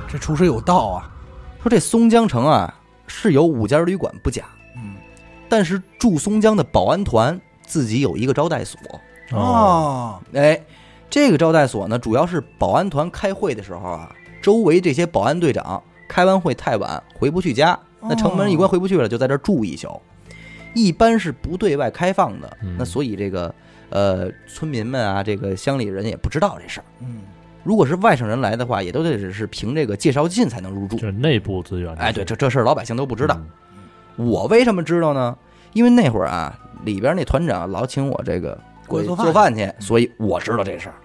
这厨师有道啊，
说这松江城啊是有五家旅馆不假，
嗯
但是驻松江的保安团自己有一个招待所。
哦，
哎，这个招待所呢，主要是保安团开会的时候啊，周围这些保安队长开完会太晚回不去家，那城门一
哦
关回不去了，就在这儿住一宿。一般是不对外开放的，
嗯
那所以这个呃村民们啊，这个乡里人也不知道这事儿。
嗯，
如果是外省人来的话，也都得只是凭这个介绍信才能入住。
这内部资源。
哎，对，，这这事儿老百姓都不知道。
嗯。
我为什么知道呢？因为那会儿啊，里边那团长老请我这个
过去
做
做饭嗯
去，所以我知道这事儿。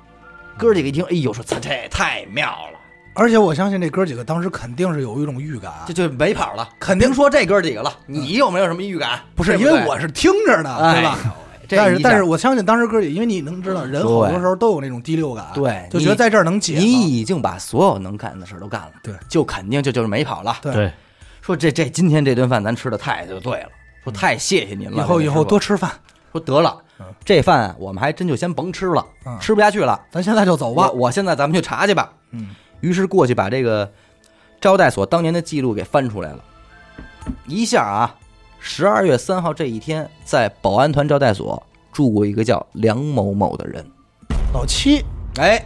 哥几个一听，哎呦，说操这太妙了，
而且我相信这哥几个当时肯定是有一种预感啊
这，就没跑了，
肯嗯
您说这哥几个了。你有没有什么预感？
不是
对
因
对
为我是听着呢，对吧？？
哎这
但是
一下
但是我相信当时哥几，因为你能知道，人好多
对
时候都有那种第六感，
对
就觉得
你
在这儿能解了，
你已经把所有能干的事儿都干了，
对，
就肯定就就是没跑了。
对
对，
说这这今天这顿饭咱吃的太就对了，说太谢谢您了。
嗯以后
这位
以
师
后
傅
多吃饭，
说得了
嗯，
这饭啊我们还真就先甭吃了，
嗯
吃不下去了。
咱现在就走吧
我，我现在咱们去查去吧。
嗯，
于是过去把这个招待所当年的记录给翻出来了，一下啊，十二月三号这一天，在保安团招待所住过一个叫梁某某的人。
老哎七，
哎，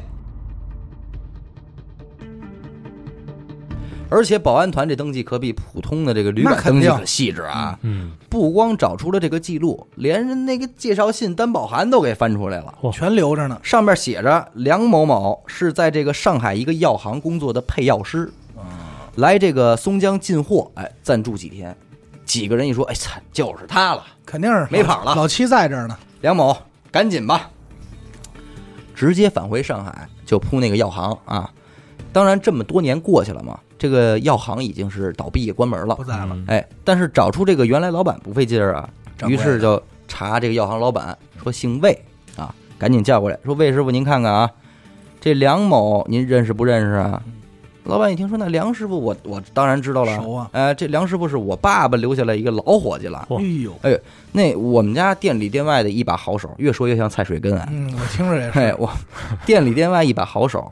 而且保安团这登记可比普通的这个旅
那
馆
肯
登记
定
可细致啊，
嗯，
不光找出了这个记录，连人那个介绍信、担保函都给翻出来了。
全留着呢。
上面写着梁某某是在这个上海一个药行工作的配药师，来这个松江进货，哎，暂住几天。几个人一说，哎操，就是他了，
肯定是
没跑了
老七在这儿呢，
梁某，赶紧吧，直接返回上海就扑那个药行啊。当然，这么多年过去了嘛，这个药行已经是倒闭关门了
不，在了。
嗯
哎，但是找出这个原来老板不费劲儿啊，
掌
于
柜的
是就查这个药行老板，说姓魏啊，赶紧叫过来，说魏师傅您看看啊，这梁某您认识不认识啊？老板一听说那梁师傅我，我当然知道了，
熟啊
哎，这梁师傅是我爸爸留下来一个老伙计了，
嚯
哎呦，
那我们家店里店外的一把好手，越说越像蔡水根啊，
嗯，我听着也
哎，
是，
我店里店外一把好手，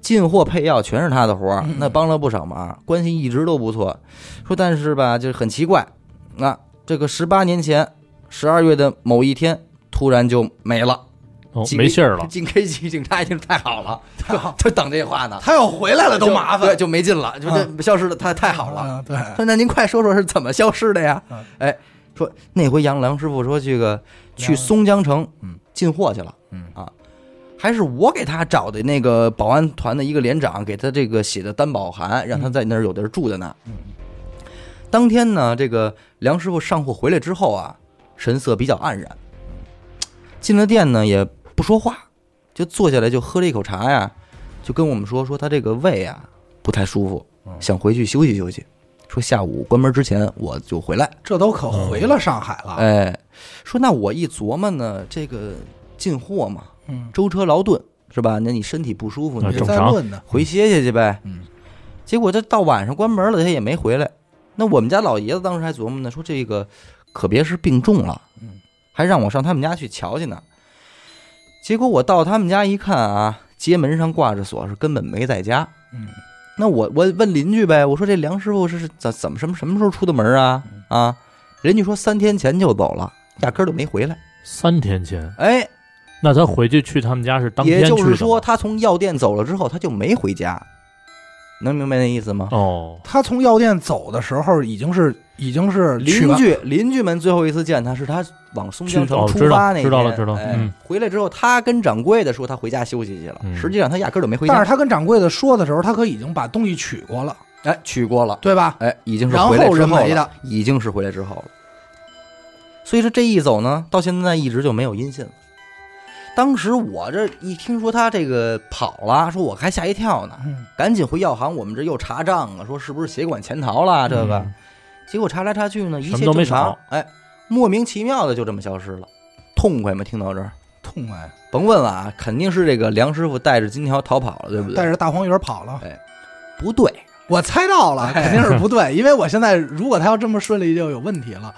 进货配药全是他的活儿，
嗯
那帮了不少忙，关系一直都不错。说但是吧，就是很奇怪，啊，这个十八年前十二月的某一天，突然就没了，
哦
几，个
没信儿了，
进 K 级警察已经太好了，
太好
就等这话呢，
他要回来了都
就
麻
对，
烦，嗯
就没劲了，就这消失的太太好了。
啊，对，
说那您快说说是怎么消失的呀
嗯？
哎，说那回杨梁师傅说这个去
梁
松江城
嗯
进货去了，
嗯
啊，还是我给他找的那个保安团的一个连长给他这个写的担保函，让他在那儿有地儿住的呢。
嗯
当天呢，这个梁师傅上货回来之后啊，神色比较黯然，进了店呢也不说话，就坐下来就喝了一口茶呀，就跟我们说说他这个胃啊不太舒服，
嗯
想回去休息休息。说下午关门之前我就回来。
这都可回了上海了，
哎，说那我一琢磨呢，这个进货嘛，
嗯，
舟车劳顿是吧？那你身体不舒服，
啊
你就
别
正
再
常
问呢，
回歇歇去呗。
嗯，
结果这到晚上关门了，他也没回来。那我们家老爷子当时还琢磨呢，说这个可别是病重了，
嗯，
还让我上他们家去瞧瞧呢。结果我到他们家一看啊，街门上挂着锁，是根本没在家。
嗯，
那我我问邻居呗，我说这梁师傅是是怎怎么什么什么时候出的门啊？
嗯
啊，人家说三天前就走了，压根儿就没回来。
三天前，
哎，
那他回去去他们家是当天
也
去的
就
吗，
是说，他从药店走了之后，他就没回家，能明白那意思吗？
哦，
他从药店走的时候已经是已经是去
邻
完
居邻居们最后一次见他是他往松江
去
城
哦
出
知道
发那天，
知道了知道
哎
嗯
回来之后，他跟掌柜的说他回家休息去了，
嗯
实际上他压根儿就没回
但是
家。
他跟掌柜的说的时候，他可已经把东西取过了，
哎，去过了，
对吧？
哎，已经是
然后
回来之
人
后
没
了
的，
已经是回来之后了。所以说这一走呢，到现在一直就没有音信了。当时我这一听说他这个跑了，说我还吓一跳呢，
嗯，
赶紧回药行，我们这又查账啊，说是不是血管潜逃了这个。
嗯
结果查来查去呢，一
什
切
么都
正
没
常
少，
哎，莫名其妙的就这么消失了，痛快吗？听到这儿，
痛快，
甭问了啊，肯定是这个梁师傅带着金条逃跑了，对不对？
带着大黄鱼儿跑了，
不对，
我猜到了，
哎
肯定是不对，因为我现在如果他要这么顺利就有问题了。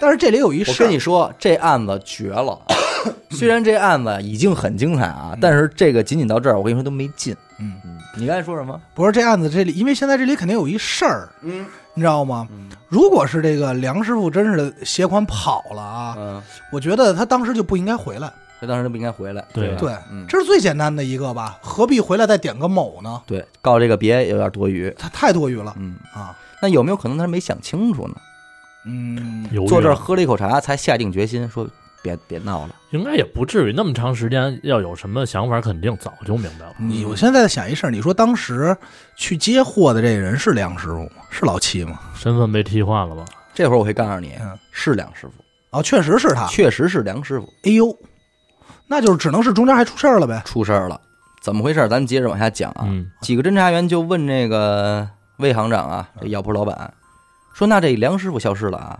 但是这里有一
我
事儿，
跟你说，这案子绝 了。啊虽然这案子已经很精彩啊，但是这个仅仅到这儿，我跟你说都没劲。
嗯，
嗯，你刚才说什么？
不是这案子这里，因为现在这里肯定有一事儿，
嗯
你知道吗？如果是这个梁师傅真是携款跑了啊，
嗯，
我觉得他当时就不应该回来。
他当时就不应该回来。
对
吧
对，
嗯，
这是最简单的一个吧，何必回来再点个某呢？
对，告这个别有点多余。
他太多余了
嗯，
啊。
那有没有可能他没想清楚呢？
嗯，
犹豫
坐这儿
了
喝了一口茶，才下定决心说别别闹了。
应该也不至于那么长时间，要有什么想法，肯定早就明白了。
嗯
你我现在在想一事儿，你说当时去接货的这人是梁师傅吗？是老七吗？
身份被替换了吧？
这会儿我会告诉你
嗯，
是梁师傅，
哦，确实是他。
确实是梁师傅
哎呦，那就是只能是中间还出事儿了呗。
出事儿了。怎么回事儿？咱们接着往下讲啊。
嗯，
几个侦查员就问这个魏行长啊，这药铺老板，说：“那这梁师傅消失了啊，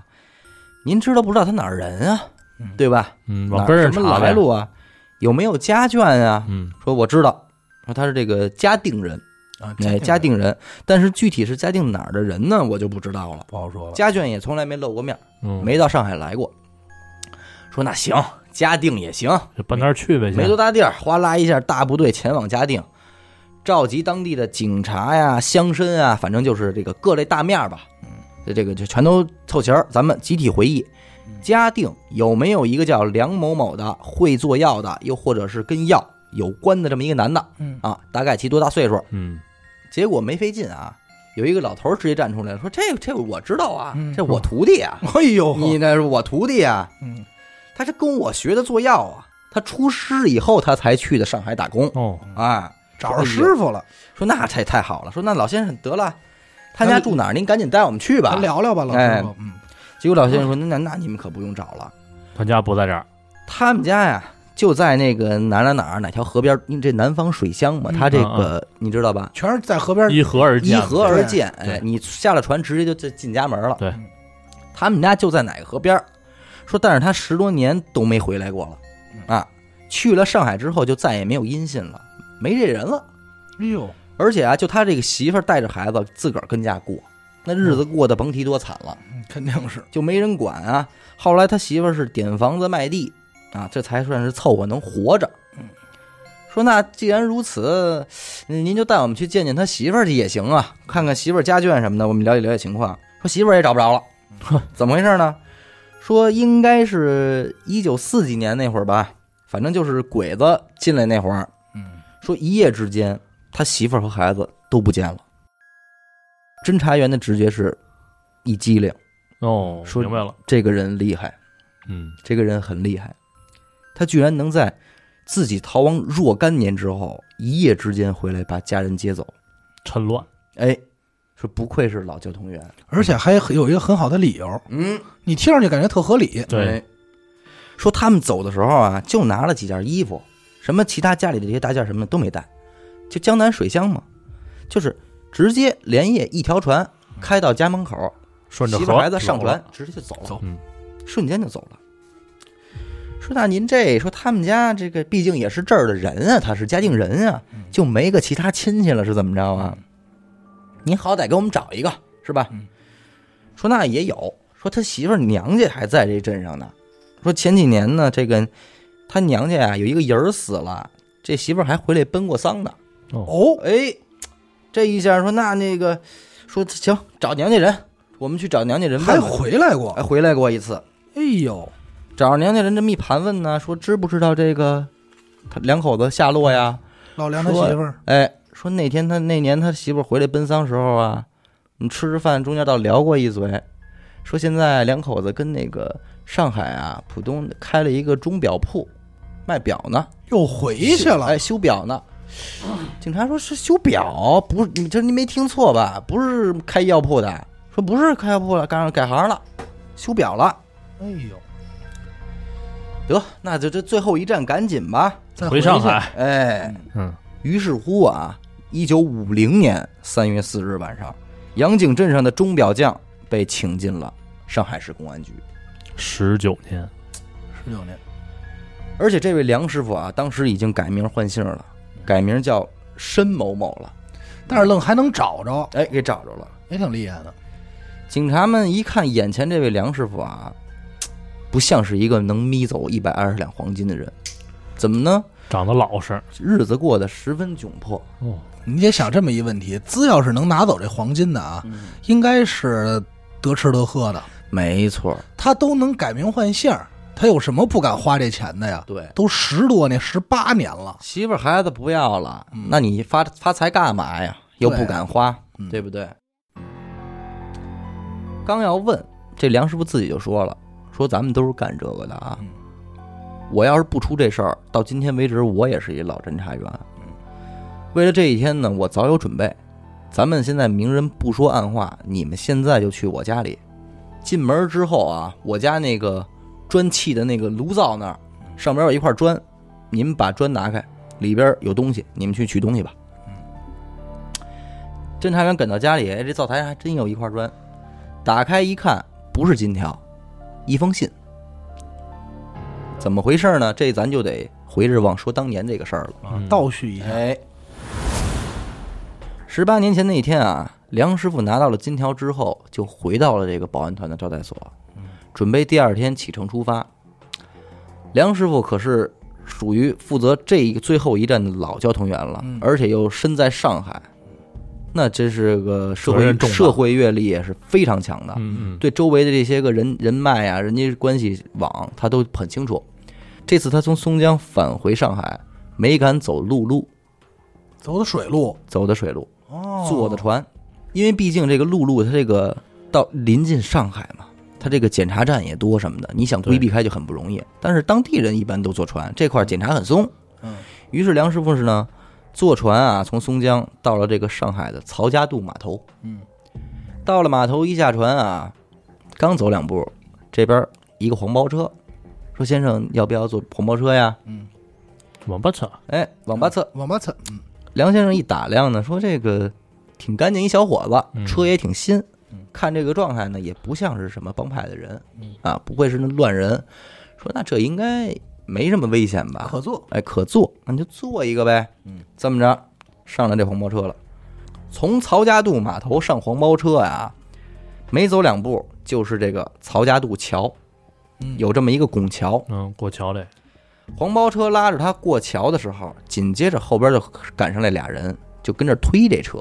您知道不知道他哪儿人啊？
嗯
对吧？
嗯，
哪
往
儿
根儿
什
上
么
查
来
呗。
路啊？有没有家眷啊？
嗯，
说我知道，说他是这个嘉定人，
啊
哎，嘉定人，但是具体是嘉定哪儿的人呢，我就不知道了。
不好说了。
家眷也从来没露过面儿，
嗯，
没到上海来过。说那行，嘉定也行，
就搬那儿去呗，
没
先
多大地儿，哗啦一下，大部队前往嘉定，召集当地的警察呀、乡绅啊，反正就是这个各类大面儿吧。嗯，这个就全都凑齐儿，咱们集体回忆，嘉定有没有一个叫梁某某的会做药的，又或者是跟药有关的这么一个男的
嗯
啊？大概其多大岁数？
嗯，
结果没费劲啊，有一个老头儿直接站出来说：“这这我知道啊，
嗯
这我徒弟啊，
哎呦，
你那是我徒弟啊，
嗯
他是跟我学的做药啊。他出师以后，他才去的上海打工
哦，
嗯
啊。
找着师傅了，
说那太太好了，说那老先生得了，他家住哪儿？您赶紧带我们去吧哎
咱。聊聊吧，老师傅，嗯，
结果老先生说：那那那你们可不用找了，
他家不在这儿，
他们家呀就在那个哪儿哪儿哪儿哪条河边儿，因为这南方水乡嘛，
嗯
他这个你知道吧？
全是在河边
依河而
依
建，
河而建，
对
哎，你下了船直接就就进家门了。
对，
他们家就在哪个河边儿，说但是他十多年都没回来过了，啊，去了上海之后就再也没有音信了，没这人了。
哎呦，
而且啊，就他这个媳妇儿带着孩子自个儿跟家过，那日
嗯
子过得甭提多惨了，
嗯肯定是，
就没人管啊。后来他媳妇儿是点房子卖地啊，这才算是凑合能活着。嗯说那既然如此，嗯您就带我们去见见他媳妇儿去也行啊，看看媳妇儿家眷什么的，我们了解了解情况。说媳妇儿也找不着了，怎么回事呢？说应该是一九四几年那会儿吧，反正就是鬼子进来那会儿，
嗯，
说一夜之间，他媳妇儿和孩子都不见了。侦查员的直觉是，一机灵，
哦，
说
明白了，
这个人厉害，
嗯，
这个人很厉害，他居然能在自己逃亡若干年之后，一夜之间回来把家人接走。
趁乱，
哎，说不愧是老交通员，啊
而且还有一个很好的理由，
嗯，
你听上去感觉特合理，
哎
对，
说他们走的时候啊，就拿了几件衣服，什么其他家里的这些大件什么的都没带，就江南水乡嘛，就是直接连夜一条船开到家门口，
顺着
媳妇
河
孩子上
走了
船，直接就走了，
走
嗯
瞬间就走了。说那您这说他们家这个毕竟也是这儿的人啊，他是嘉定人啊，
嗯
就没个其他亲戚了，是怎么着啊？您好歹给我们找一个是吧？
嗯
说那也有，说他媳妇儿娘家还在这镇上呢。说前几年呢，这个他娘家啊有一个人儿死了，这媳妇儿还回来奔过丧呢。
哦，
哎，这一下说那那个说行，找娘家人，我们去找娘家人
还
问问。
回来过
还，回来过一次，
哎呦，
找着娘家人这么一盘问呢，说知不知道这个他两口子下落呀？
老梁他媳妇儿，
哎，说那天他那年他媳妇儿回来奔丧时候啊，你吃吃饭中间倒聊过一嘴，说现在两口子跟那个上海啊浦东开了一个钟表铺，卖表呢，
又回去了，
哎，修表呢。警察说是修表，不是你这你没听错吧？不是开药铺的，说不是开药铺了，改改行了，修表了。
哎呦，
得，那就这最后一站，赶紧吧。
再
回
去
上，海，
哎，
嗯，
于是乎啊，一九五零年三月四日晚上，杨井镇上的钟表匠被请进了上海市公安局。
十九年，
十九年，
而且这位梁师傅啊，当时已经改名换姓了，改名叫申某某了。
但是愣还能找着，
哎，给找着了。
也挺厉害的，
警察们一看眼前这位梁师傅啊，不像是一个能眯走一百二十两黄金的人，怎么呢？
长得老实，
日子过得十分窘迫。
哦，
你得想这么一问题，资要是能拿走这黄金的啊，
嗯
应该是得吃得喝的，
没错，
他都能改名换姓儿，他有什么不敢花这钱的呀？
对，
都十多年，十八年了，
媳妇儿孩子不要了，那你发发财干嘛呀？又不敢花，
嗯
对不对？刚要问，这梁师傅自己就说了，说咱们都是干这个的啊。
嗯
我要是不出这事儿，到今天为止，我也是一老侦查员。
嗯
为了这一天呢，我早有准备。咱们现在明人不说暗话，你们现在就去我家里。进门之后啊，我家那个砖砌的那个炉灶那儿，上边有一块砖，你们把砖拿开，里边有东西，你们去取东西吧。侦查员赶到家里，哎，这灶台上还真有一块砖，打开一看，不是金条，一封信。怎么回事呢？这咱就得回着往说当年这个事儿了。
啊
嗯
倒叙一下，
哎，十八年前那一天啊，梁师傅拿到了金条之后，就回到了这个保安团的招待所，准备第二天启程出发。梁师傅可是属于负责这一个最后一站的老交通员了，
嗯
而且又身在上海，那真是个社
责
会
任重大
社会阅历也是非常强的。
嗯嗯，
对周围的这些个人人脉啊，人家关系网，他都很清楚。这次他从松江返回上海，没敢走陆路，
走的水路，
走的水路，
哦，
坐的船，因为毕竟这个陆路它这个到临近上海嘛，它这个检查站也多什么的，你想规避开就很不容易。但是当地人一般都坐船，这块儿检查很松。
嗯，
于是梁师傅是呢，坐船啊从松江到了这个上海的曹家渡码头。
嗯，
到了码头一下船啊，刚走两步，这边儿一个黄包车，说先生要不要坐黄包车呀？
王八车，
哎，网吧侧
往巴侧，嗯，
梁先生一打量呢，说这个挺干净一小伙子，
嗯
车也挺新
嗯，
看这个状态呢，也不像是什么帮派的人，啊，不会是那乱人。说那这应该没什么危险吧？
可坐，
哎，可坐，那就坐一个呗。
嗯，
这么着，上了这黄包车了。从曹家渡码头上黄包车呀、没走两步就是这个曹家渡桥，
嗯
有这么一个拱桥。
嗯，过桥嘞，
黄包车拉着他过桥的时候，紧接着后边就赶上来俩人，就跟这推这车。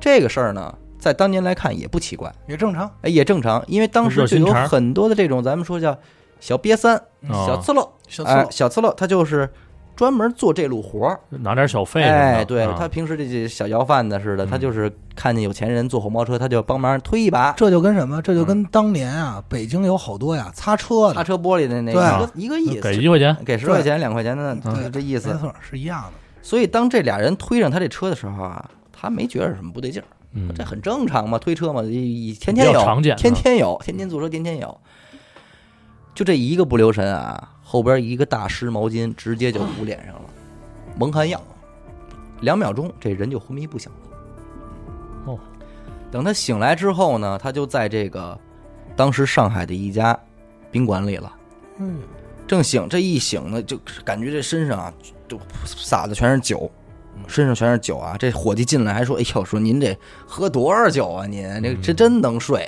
这个事儿呢，在当年来看也不奇怪，
也正常，
哎，也正常，因为当时就有
热心肠
很多的这种咱们说叫小瘪三、
嗯
啊
小刺漏，
小刺
哎
了，，
小刺漏，他就是专门做这路活儿。
拿点小费什么的，
哎，对
啊
他平时这些小摇贩子似的，
嗯
他就是看见有钱人坐黄包车，他就帮忙推一把，
这就跟什么？这就跟当年啊，北京有好多呀擦车
嗯擦
的，
车玻璃的那个
对
一个意
给
思，
一嗯块钱，
给十块钱两块钱的，就这意思
没。错，是一样的。
所以当这俩人推上他这车的时候啊，他没觉得有什么不对劲儿，
嗯，
这很正常嘛，推车嘛，一一天天
比较
有，
常见啊
天天有，天天坐车，天天有。就这一个不留神啊，后边一个大湿毛巾直接就捂脸上了，蒙汗药，两秒钟这人就昏迷不醒了。
哦，
等他醒来之后呢，他就在这个当时上海的一家宾馆里了。
嗯，
正醒，这一醒呢，就感觉这身上啊，就撒的全是酒，
嗯
身上全是酒啊。这伙计进来还说：“哎呦，说您这喝多少酒啊？您这
嗯
这真能睡。”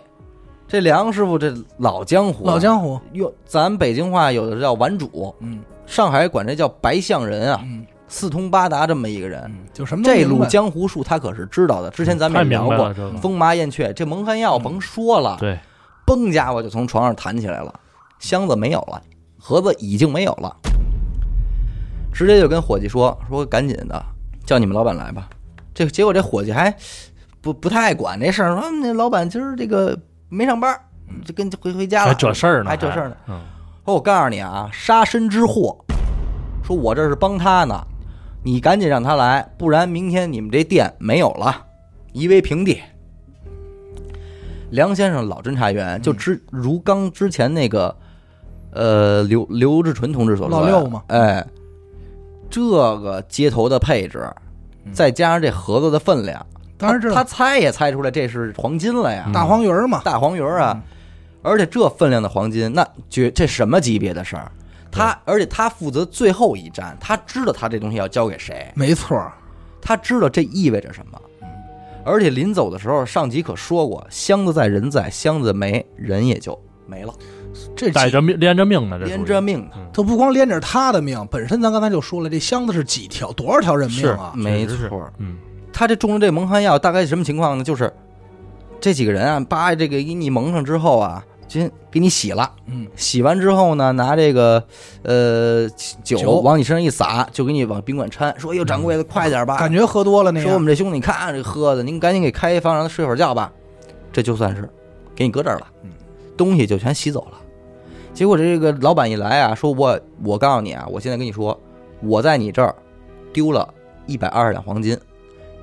这梁师傅这老江湖啊，
老江湖，
用咱北京话有的叫顽主，
嗯
上海管这叫白象人啊，
嗯
四通八达这么一个人。
嗯，就什么都
这
明
路
白嗯
江湖术他可是知道的，之前咱
太
们也
明
聊
白
过
了，这个，
风麻燕雀，这蒙汗药甭说了，
对，
嘣家伙就从床上弹起来了，箱子没有了，盒子已经没有了，直接就跟伙计说说赶紧的，叫你们老板来吧。这结果这伙计还不不太管这事儿，说嗯那老板今儿这个没上班，就跟回回家了。
还这事儿呢，
还这事儿呢。
嗯，
说我告诉你啊，杀身之祸，说我这是帮他呢，你赶紧让他来，不然明天你们这店没有了，夷为平地。梁先生老侦查员
嗯
就之如刚之前那个，呃，刘刘志纯同志所说的，
老六嘛
哎，这个接头的配置，再加上这盒子的分量，
嗯当然知
他他
道
猜也猜出来这是黄金了呀，
嗯
大黄鱼儿嘛，
大黄鱼儿啊，而且这分量的黄金，那绝这什么级别的事儿？他而且他负责最后一站，他知道他这东西要交给谁，
没错儿，
他知道这意味着什么。
嗯
而且临走的时候，上级可说过，箱子在人在，箱子没人也就没了，
这
带
几
着命连着命呢，这属于
连着命呢。
他不光连着他的命，本身咱刚才就说了，这箱子是几条多少条人命啊？
没
确实是
错儿，
嗯，
他这中了这蒙汗药，大概是什么情况呢？就是这几个人啊，把这个给你蒙上之后啊，先给你洗了。
嗯，
洗完之后呢，拿这个呃酒
酒嗯
往你身上一洒，就给你往宾馆搀，说：“哟，掌柜的，快点吧！
感觉喝多了那
说我
样，
们这兄弟，你看这喝的，您赶紧给开一方，让他睡会儿觉吧。”这就算是给你搁这儿了，
嗯
东西就全洗走了。结果这个老板一来啊，说我我告诉你啊，我现在跟你说，我在你这儿丢了一百二十两黄金，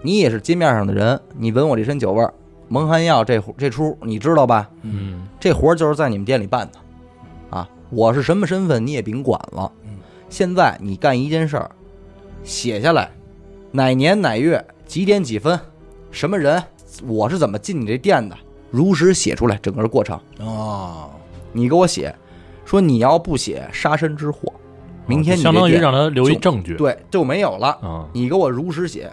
你也是街面上的人，你闻我这身酒味儿，蒙汗药这这出你知道吧？
嗯，
这活儿就是在你们店里办的，啊，我是什么身份你也甭管了
嗯。
现在你干一件事儿，写下来，哪年哪月几点几分，什么人，我是怎么进你这店的，如实写出来整个过程。
哦，
你给我写，说你要不写，杀身之祸，明天你这
哦相当于
店
让他留一
就
证据，
对就没有了。
嗯，
你给我如实写。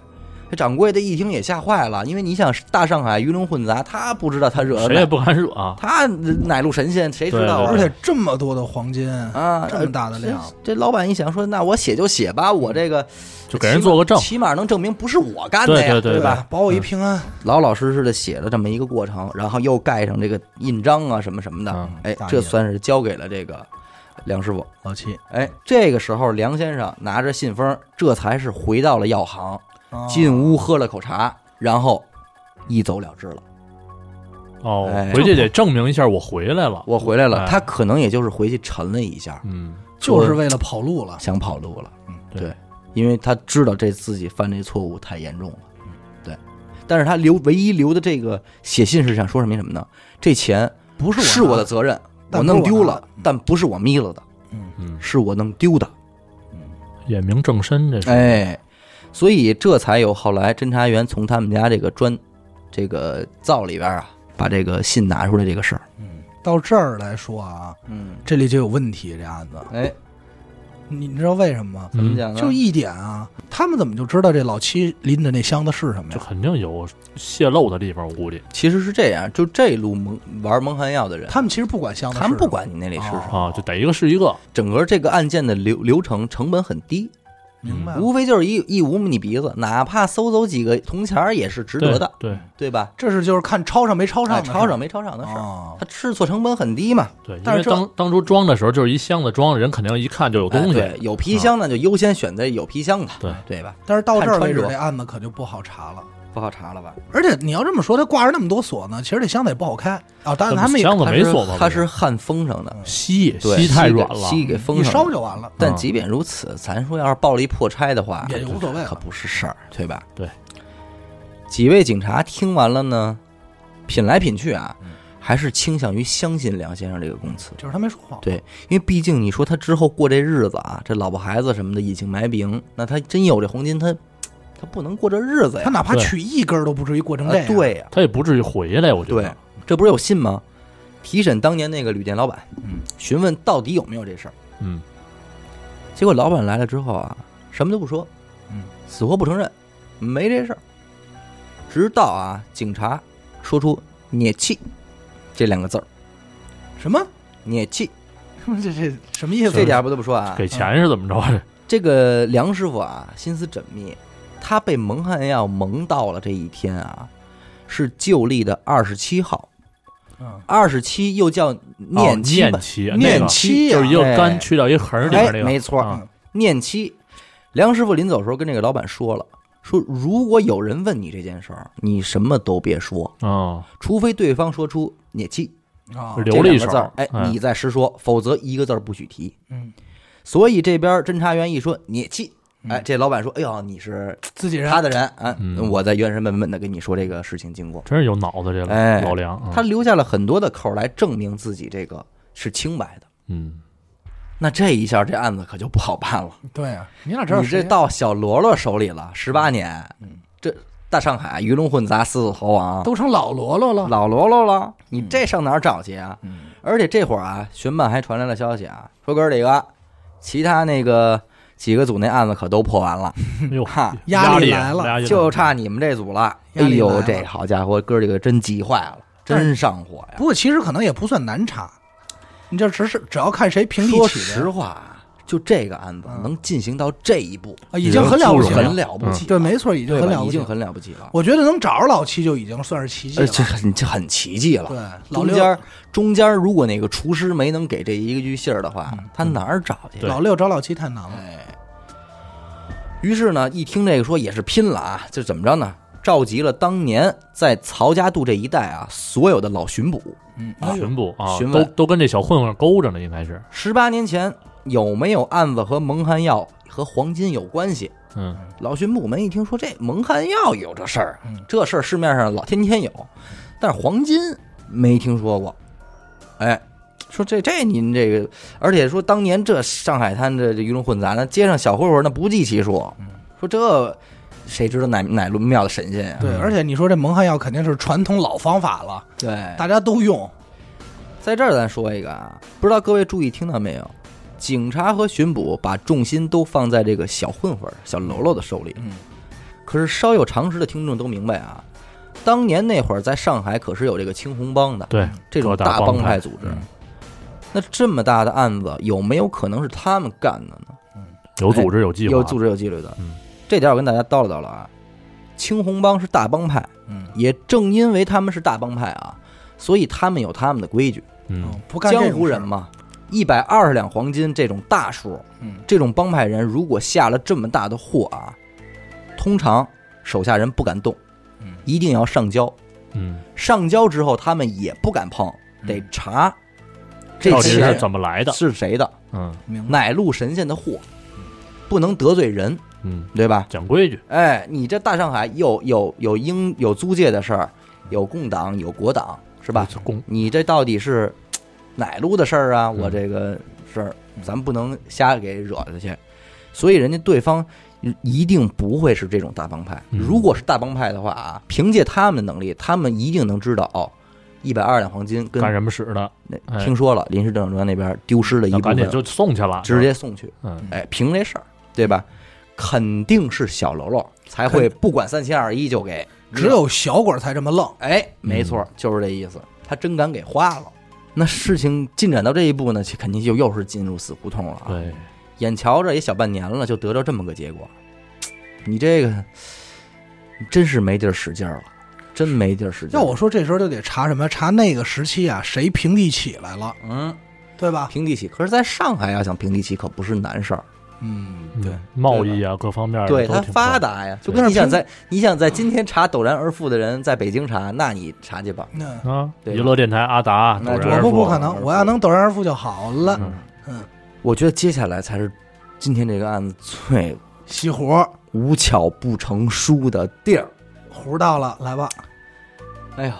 这掌柜的一听也吓坏了，因为你想大上海鱼龙混杂，他不知道他惹了
谁也
哪，
不敢惹啊，
他哪路神仙谁知道啊？
对
而且这么多的黄金，
啊，
这么大的量，
这老板一想说，那我写就写吧，我这个
嗯就给人做个证，
哎起码能证明不是我干的呀，
对对对嗯
吧？
吧？保我一平安，
老老实实的写了这么一个过程，然后又盖上这个印章啊什么什么的，
嗯
哎
大，爷
这算是交给了这个梁师傅。
老七，
哎，这个时候梁先生拿着信封，这才是回到了药行，
哦
进屋喝了口茶，然后一走了之了。
哦
哎，
回去得证明一下我回来了。
我回来了，
哎
他可能也就是回去沉了一下，
嗯，
就是为了跑路了。
想跑路了。
嗯
对
对，因为他知道这自己犯这错误太严重了。嗯对，但是他留唯一留的这个写信是想说什么什么呢？这钱
不是我
是
拿
我的，责任，
但
我
不是
弄
我
丢
拿
了
的，嗯
但不是我眯了的，
嗯
是我弄丢的。
眼明正身这是。
哎，所以这才有后来侦查员从他们家这个砖这个灶里边啊，把这个信拿出来这个事儿。
到这儿来说啊，
嗯，
这里就有问题。这案子，
哎，
你你知道为什么吗？
怎么
嗯，
讲呢？
就一点啊，他们怎么就知道这老七拎着那箱子是什么
这
呀？
肯定有泄露的地方，我估计
其实是这样，就这路蒙玩蒙汗药的人，
他们其实不管箱子是
他
什么，
们不管你那里是
哦
什么，
啊，就逮一个是一个。
整个这个案件的流流程成本很低，
明白了。
无非就是一一捂你鼻子，哪怕搜走几个铜钱儿也是值得的，
对
对吧？
这是就是看抄上没抄上
哎
的事儿，
抄上没抄上的事儿，
啊，
他试错成本很低嘛。
对，因
但
为
是这
当当初装的时候就是一箱子装，人肯定一看就有东西。
哎对有皮箱呢，就优先选择有皮箱的，
对
对吧？
但是到这儿为
看
止，
穿着
这案子可就不好查了。
不好查了吧？
而且你要这么说，他挂着那么多锁呢，其实这箱子也不好开啊。当然他们也
箱子没锁吗？
它是焊封上的，
锡，
对
锡嗯太软
给
了，
锡给封
一
上
烧
了。
就完了，
嗯
但即便如此，咱说要是暴力破拆的话，
也无所谓
可
了。
不是事儿，对吧？
对。
几位警察听完了呢，品来品去
嗯
啊，还是倾向于相信梁先生这个供词，
就是他没说谎，
对因为毕竟你说他之后过这日子啊，这老婆孩子什么的已经埋饼，那他真有这黄金，他他不能过这日子
他
呀。
哪怕
对
取一根儿都不至于过成
啊
这样。，
对呀、
他也不至于回来，我觉
对
得。，
这不是有信吗？提审当年那个旅店老板，
嗯，
询问到底有没有这事儿。
嗯，
结果老板来了之后啊，什么都不说，
嗯，
死活不承认，没这事儿。直到啊，警察说出“捏气”这两个字儿，
什么？
捏气，
这这什么意思？
这点儿不得不说啊，
给钱是怎么着？这
这个梁师傅啊，心思缜密，他被蒙汗药蒙到了这一天啊，是旧历的二十七号，
嗯，
二十七又叫
哦
念七吧
念，七，那
念
个
七呀
就是一个
哎
干去掉一个横儿里
哎
面那个，
没错
啊
念七。梁师傅临走的时候跟这个老板说了，说如果有人问你这件事儿，你什么都别说，
嗯，
除非对方说出“念气
啊，”
这
留了
两
一
个
手
字儿，哎，
哎
你再实说，否则一个字儿不许提。
嗯，
所以这边侦查员一说“念气”，哎，
嗯
这老板说：“哎呦，你是
自己人
他的人啊！”
嗯
我在原神本本的跟你说这个事情经过。
真是有脑子这老
哎
老梁。嗯
他留下了很多的扣儿来证明自己这个是清白的。
嗯，
那这一下，这案子可就不好办了。
对啊，你哪知道
你这
谁呀
到小罗罗手里了，十八年，
嗯
这大上海鱼龙混杂，四子猴王，
都成老罗罗了？
啊老罗罗了，你这上哪儿找去啊？
嗯
而且这会儿啊，悬办还传来了消息啊，说哥儿几个，其他那个几个组那案子可都破完了，
哎呦
哈，
压力
力啊
来了
压力
就差你们这组了。哎
压力来了
呦，这好家伙，哥儿几个真急坏了，真上火呀！
不过其实可能也不算难查，你这只是只要看谁凭力
说
起的
实话啊，就这个案子
嗯
能进行到这一步，
啊已经很了不起
很
了，
了不起了，
对，没错，已经
对
很
吧
了
已
不起
经
了。
很了不起了。
我觉得能找着老七就已经算是奇迹
呃，
了。
这很呃这很奇迹了。
对，老
中
六
间中间，如果那个厨师没能给这一个句信儿的话，
嗯
他哪儿找去？啊
对
老六找老七太难了。
哎，于是呢，一听这个说也是拼了啊，就怎么着呢？召集了当年在曹家渡这一带啊所有的老巡捕，
嗯，
啊巡捕啊，
哎询
都
问
都跟这小混混勾着呢，应该是。
十八年前有没有案子和蒙汗药和黄金有关系？
嗯，
老巡捕们一听说这蒙汗药有这事儿啊
嗯，
这事儿市面上老天天有，啊但是黄金没听说过。哎，说这这您这个，而且说当年这上海滩这这鱼龙混杂，那街上小混混那不计其数。说这谁知道哪哪路庙的神仙啊呀、
对，而且你说这蒙汗药肯定是传统老方法了，
对，
大家都用。
在这儿咱说一个啊，不知道各位注意听到没有？警察和巡捕把重心都放在这个小混混儿、小喽啰的手里。
嗯，
可是稍有常识的听众都明白啊，当年那会儿在上海可是有这个青红帮的
对，
这种
各大
帮
派嗯
组织。那这么大的案子，有没有可能是他们干的呢？
有组织有计划，
有组织有纪律的
嗯，
这点我跟大家叨唠叨了啊。青红帮是大帮派，
嗯，
也正因为他们是大帮派啊，所以他们有他们的规矩。
嗯，
不干这种
江湖人
事儿，
嘛，一百二十两黄金这种大数，
嗯，
这种帮派人如果下了这么大的祸啊，通常手下人不敢动，
嗯，
一定要上交。
嗯，
上交之后，他们也不敢碰，得查这啊
到底是
钱
怎么来的？
是谁的，
嗯
明白？
哪路神仙的货，不能得罪人，
嗯，
对吧？
讲规矩，
哎，你这大上海有有有英有租界的事儿，有共党有国党，是吧？
这公
你这到底是哪路的事儿啊？
嗯
我这个事儿，咱们不能瞎给惹下去。所以人家对方一定不会是这种大帮派。
嗯
如果是大帮派的话啊，凭借他们的能力，他们一定能知道哦，一百二两黄金跟
干什么使的？
那
哎
听说了临时政府那边丢失了一
那
部
赶紧
分，
就送去了，
直接送去。
嗯
哎，凭这事儿，对吧？肯定是小喽啰才会不管三七二十一就给，
只有小鬼儿才这么愣，
哎，没错，就是这意思。他真敢给花了。那事情进展到这一步呢，其肯定就又是进入死胡同了、啊。
对，
眼瞧着也小半年了，就得到这么个结果，你这个真是没地儿使劲儿了，真没地儿使劲儿。
要我说这时候就得查什么？查那个时期啊，谁平地起来了，
嗯，
对吧？
平地起，可是在上海啊要想平地起可不是难事儿。
嗯，
嗯
对，
贸易啊，各方面
对
都
它
挺
发
棒，
达呀，就
对
跟你
但是
想
平
在你想在今天查陡然而富的人，在北京查，那你查去吧。
那
啊，
对吧
娱乐电台阿达，
那
陡
我
然
我
而
不不
富
可能，
嗯
我要能陡然而富就好了。
嗯
我觉得接下来才是今天这个案子最
熄火，
无巧不成书的地儿。
胡到了，来吧，
哎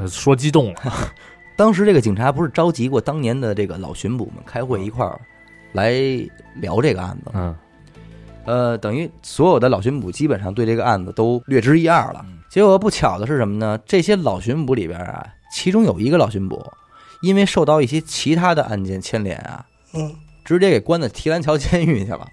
呦，
说激动 了，
当时这个警察不是召集过当年的这个老巡捕们开会一块儿来聊这个案子吗，
嗯
呃，等于所有的老巡捕基本上对这个案子都略知一二了。结果不巧的是什么呢？这些老巡捕里边啊，其中有一个老巡捕，因为受到一些其他的案件牵连啊，
嗯，
直接给关到提篮桥监狱去了。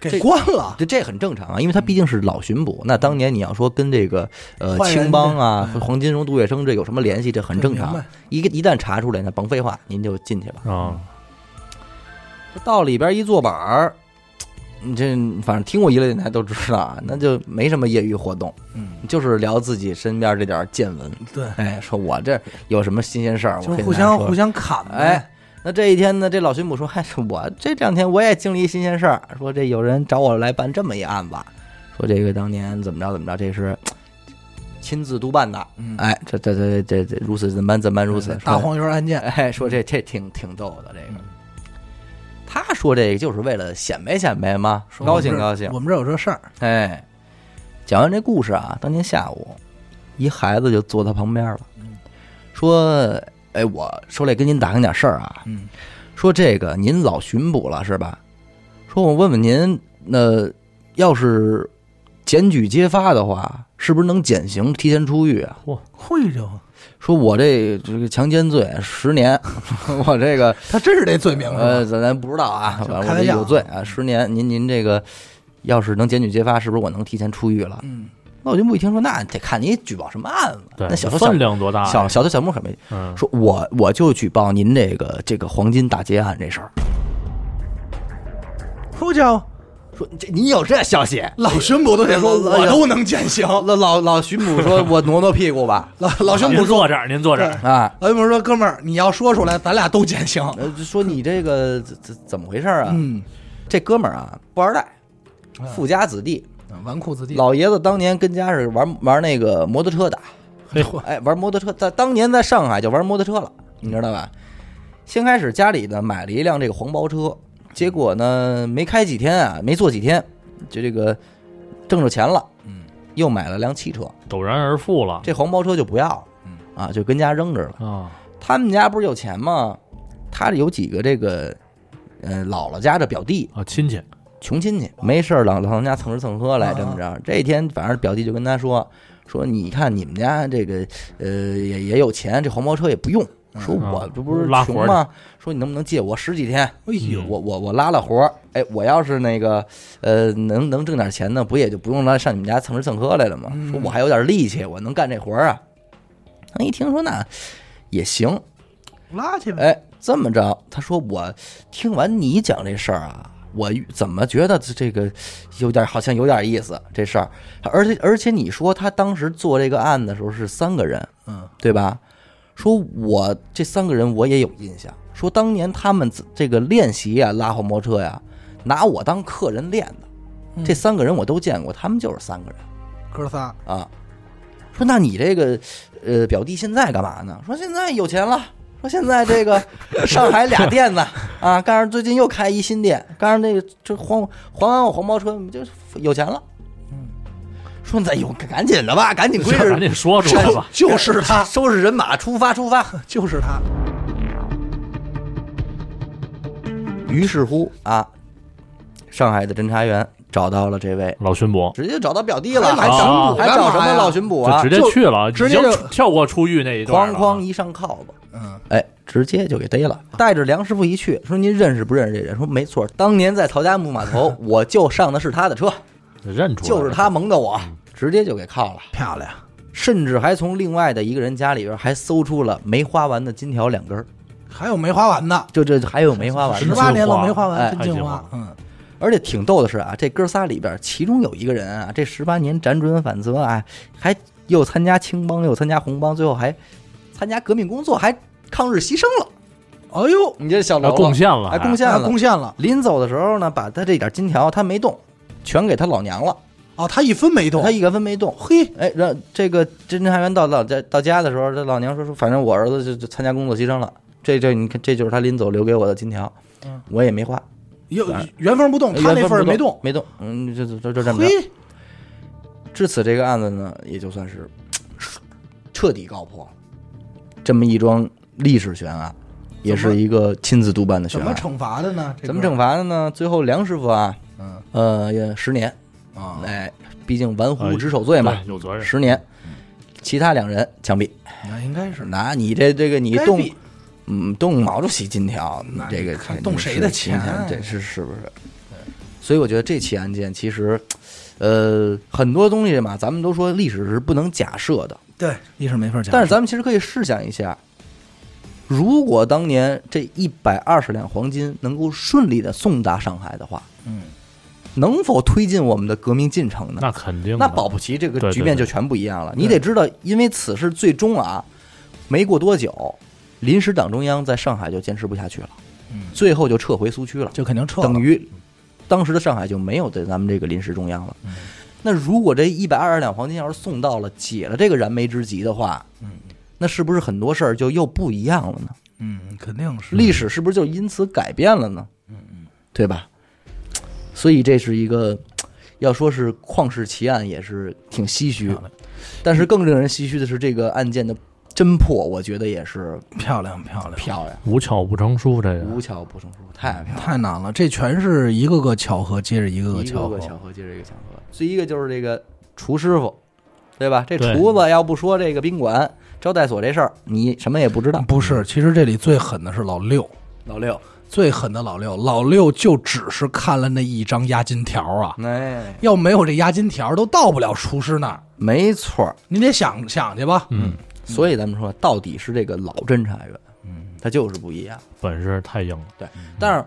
这
给关了，
这这很正常啊，因为他毕竟是老巡捕。那当年你要说跟这个呃
坏人
青帮啊、
对
黄金荣、杜月笙这有什么联系，这很正
这
常
明白。
一个一旦查出来，那甭废话，您就进去吧。
啊，
到里边一坐板儿，你这反正听过娱乐电台都知道啊，那就没什么业余活动，
嗯，
就是聊自己身边这点见闻。
对，
哎，说我这有什么新鲜事儿，
就
我
是
跟
互
大家
相
说
互相砍呗。
哎，那这一天呢，这老巡捕说：“嗨、我这两天我也经历一新鲜事儿，说这有人找我来办这么一案子，说这个当年怎么着怎么着，这是亲自督办的。
嗯
哎，这这这这这如此怎般怎般如此。
大
说
黄鱼案件，
哎，说这这挺挺逗的这
嗯
个。他说这个就是为了显摆显摆嘛，
说
高
我们
兴
这
高兴。
我们这有这事儿，
哎，讲完这故事啊，当天下午，一孩子就坐他旁边了，
嗯
说：“哎，我手里跟您打听点事儿啊，
嗯，
说这个您老巡捕了是吧？说我问问您，那要是检举揭发的话，是不是能减刑提前出狱啊？
会就
说我这这个强奸罪十年， 我这个
他真是这罪名是吧
呃，咱咱不知道啊，
就
反正
开
我
玩
这
笑
有罪啊，十年。您您这个要是能检举揭发，是不是我能提前出狱了？
嗯，
那我就不一听说，那得看你举报什么案子。
对，
那小偷小
分量多大呀？啊
小小偷小摸很没
嗯，
说我我就举报您这个这个黄金大劫案这事儿。
呼叫
说这你有这消息？
老巡捕都得说，
哎
我
呀
都能减刑。
老老老巡捕 说：“我挪挪屁股吧。
老老巡
您
捕
坐
说，
这儿，您坐这儿，”
啊，
老巡捕说，哥们儿，你要说出来，咱俩都减刑。
呃说你这个怎怎怎么回事儿啊？
嗯，
这哥们儿啊，富二代，富家子弟，
纨绔子弟，
老爷子当年跟家是玩玩那个摩托车的，
嘿嚯，
哎，玩摩托车，在当年在上海就玩摩托车了，你知道吧？先开始家里呢买了一辆这个黄包车，结果呢没开几天啊，没坐几天，就这个挣着钱了，嗯，又买了辆汽车，
陡然而富了
这黄包车就不要了
嗯，
啊，就跟家扔着了。
啊，
他们家不是有钱吗？他有几个这个，呃，姥姥家的表弟，
啊，亲戚，
穷亲戚，没事儿老老他们家蹭吃蹭喝来，这么着。这一天，反正表弟就跟他说说，你看你们家这个，呃，也也有钱，这黄包车也不用。说
嗯
我这不是
拉活
穷
儿嗯
吗？说你能不能借我十几天？
哎呦，
我我我拉了活儿，哎，我要是那个呃能能挣点钱呢，不也就不用来上你们家蹭吃蹭喝来了吗？说我还有点力气，我能干这活儿啊。他一听说那也行，
拉去呗。
哎，这么着，他说我听完你讲这事儿啊，我怎么觉得这个有点好像有点意思这事儿，而且而且你说他当时做这个案的时候是三个人，
嗯，
对吧？说我这三个人我也有印象，说当年他们自这个练习啊，拉黄包车呀、拿我当客人练的，这三个人我都见过，他们就是三个人。
哥仨，
啊，说那你这个呃表弟现在干嘛呢？说现在有钱了。说现在这 个上海俩店子啊，告诉最近又开一新店，告诉那个这还还完我黄包车，你就有钱了。嗯说咱有赶紧的吧，赶紧归
赶
置，
紧说出来吧。
就是他，
收拾人马出发出发。
就是他。
于是乎啊，上海的侦查员找到了这位，
老巡捕
直接找到表弟了，还
还
找
找
啊
还找什
干嘛
么
呀
老巡捕
就
啊
直？接去了，
直接
已经
就
跳过出狱那一段
哐
了。
哐一上铐吧，
嗯，
哎，直接就给逮了。带着梁师傅一去，说您认识不认识这人？说没错，当年在曹家木码 头，我就上的是他的车，
认出来了
就是他蒙的嗯我，直接就给铐了。
漂亮，
甚至还从另外的一个人家里边还搜出了没花完的金条两根儿，
还有没花完的，
就这还有没花完
十
的
是。
八年了没
哎
花完，真
太
净
精
花
华。
嗯，
而且挺逗的是啊，这哥仨里边，其中有一个人啊，这十八年辗转反侧啊，还又参加青帮，又参加红帮，最后还参加革命工作，还抗日牺牲了。
哎呦，
你这小喽
啊
啰啊
贡献了，
还贡献
他
了
贡。献了
临走的时候呢，把他这点金条他没动，全给他老娘了，
哦，他一分没动
他，一个分没动。嘿，哎，让这个侦查员到老家到家的时候，这老娘说说，反正我儿子就就参加工作牺牲了。这这你看，这就是他临走留给我的金条
嗯，
我也没花，
有
哎
原封不动，他那份儿
没
没动。
没动，嗯，就就就就这么着。
嘿，
至此，这个案子呢，也就算是彻底告破了。这么一桩历史悬案，也
怎
是
么
一个亲自督办的悬
怎么
案。
惩罚的呢？这
怎么
歌
惩？罚的呢？最后梁师傅啊，
嗯
呃，也十年，
啊，
哎，毕竟玩忽职守罪嘛
对，有责任。
十年。其他两人枪毙。
那应该是
那哎你这这个你
该
动
毙，
嗯，动毛主席金条，你
那
这个
你看
这
动
你
谁
是
的
金条
钱啊
这是是不是？所以我觉得这起案件其实，呃，很多东西嘛，咱们都说历史是不能假设的，
对，一是没法讲。
但是咱们其实可以试想一下，如果当年这一百二十两黄金能够顺利的送达上海的话，
嗯，
能否推进我们的革命进程呢？
那肯定的，
那保不齐这
对
个
对
局面就全不一样了。你得知道，因为此事最终啊，没过多久，临时党中央在上海就坚持不下去了，
嗯
最后就撤回苏区了，
就肯定撤了，
等于当时的上海就没有对咱们这个临时中央了
嗯。
那如果这一百二十两黄金要是送到了，解了这个燃眉之急的话，
嗯
那是不是很多事儿就又不一样了呢？
嗯，肯定是
历史是不是就因此改变了呢？嗯嗯，对吧？所以这是一个，要说是旷世奇案，也是挺唏嘘
漂亮。
但是更令人唏嘘的是，这个案件的侦破，我觉得也是
漂亮漂亮，
漂亮，
无巧不成书，这
无
个
巧不成书，太漂亮
太难了，这全是一个个巧合接着一个
了，
个
一个
嗯巧
个
合。
巧合接着一个巧合。最一个就是这个厨师傅，对吧？这
对
厨子要不说这个宾馆招待所这事儿，你什么也不知道。
不是，其实这里最狠的是老六，
老六，
最狠的老六，老六就只是看了那一张押金条啊，
哎，
要没有这押金条，都到不了厨师那儿。
没错儿，
你得想想去吧，
嗯，
所以咱们说，到底是这个老侦查员，
嗯，
他就是不一样。
本事太硬了。
但是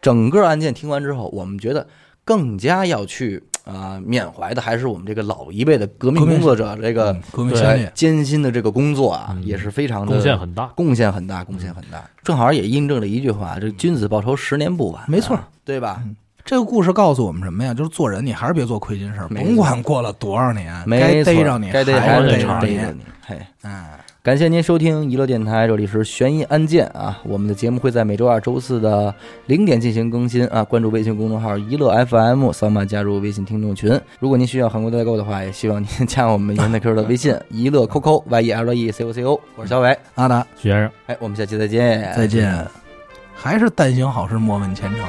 整个案件听完之后，我们觉得更加要去啊、呃缅怀的还是我们这个老一辈的革命工作者这个
嗯革命
对
先烈
呃，艰辛的这个工作啊，
嗯
也是非常的
贡献很大，
贡献很大，贡
嗯
献很大。正好也印证了一句话：这君子报仇，十年不晚。
没错嗯
啊，对吧？
这个故事告诉我们什么呀？就是做人，你还是别做亏心事儿，
没错
甭管过了多少年，
没
该
错
逮着你
该逮
还
是
是
得
逮
着
逮
你
着。你。嘿，
哎，
感谢您收听娱乐电台，这里是悬疑案件啊。我们的节目会在每周二、周四的零点进行更新啊。关注微信公众号“娱乐 FM”，扫码加入微信听众群。如果您需要韩国代购的话，也希望您加我们严的 Q 的微信“娱乐 QQ Y E L E C O C O”。我是小伟，
阿达，
学生。
哎，我们下期再见，
再见。还是但行好事，莫问前程。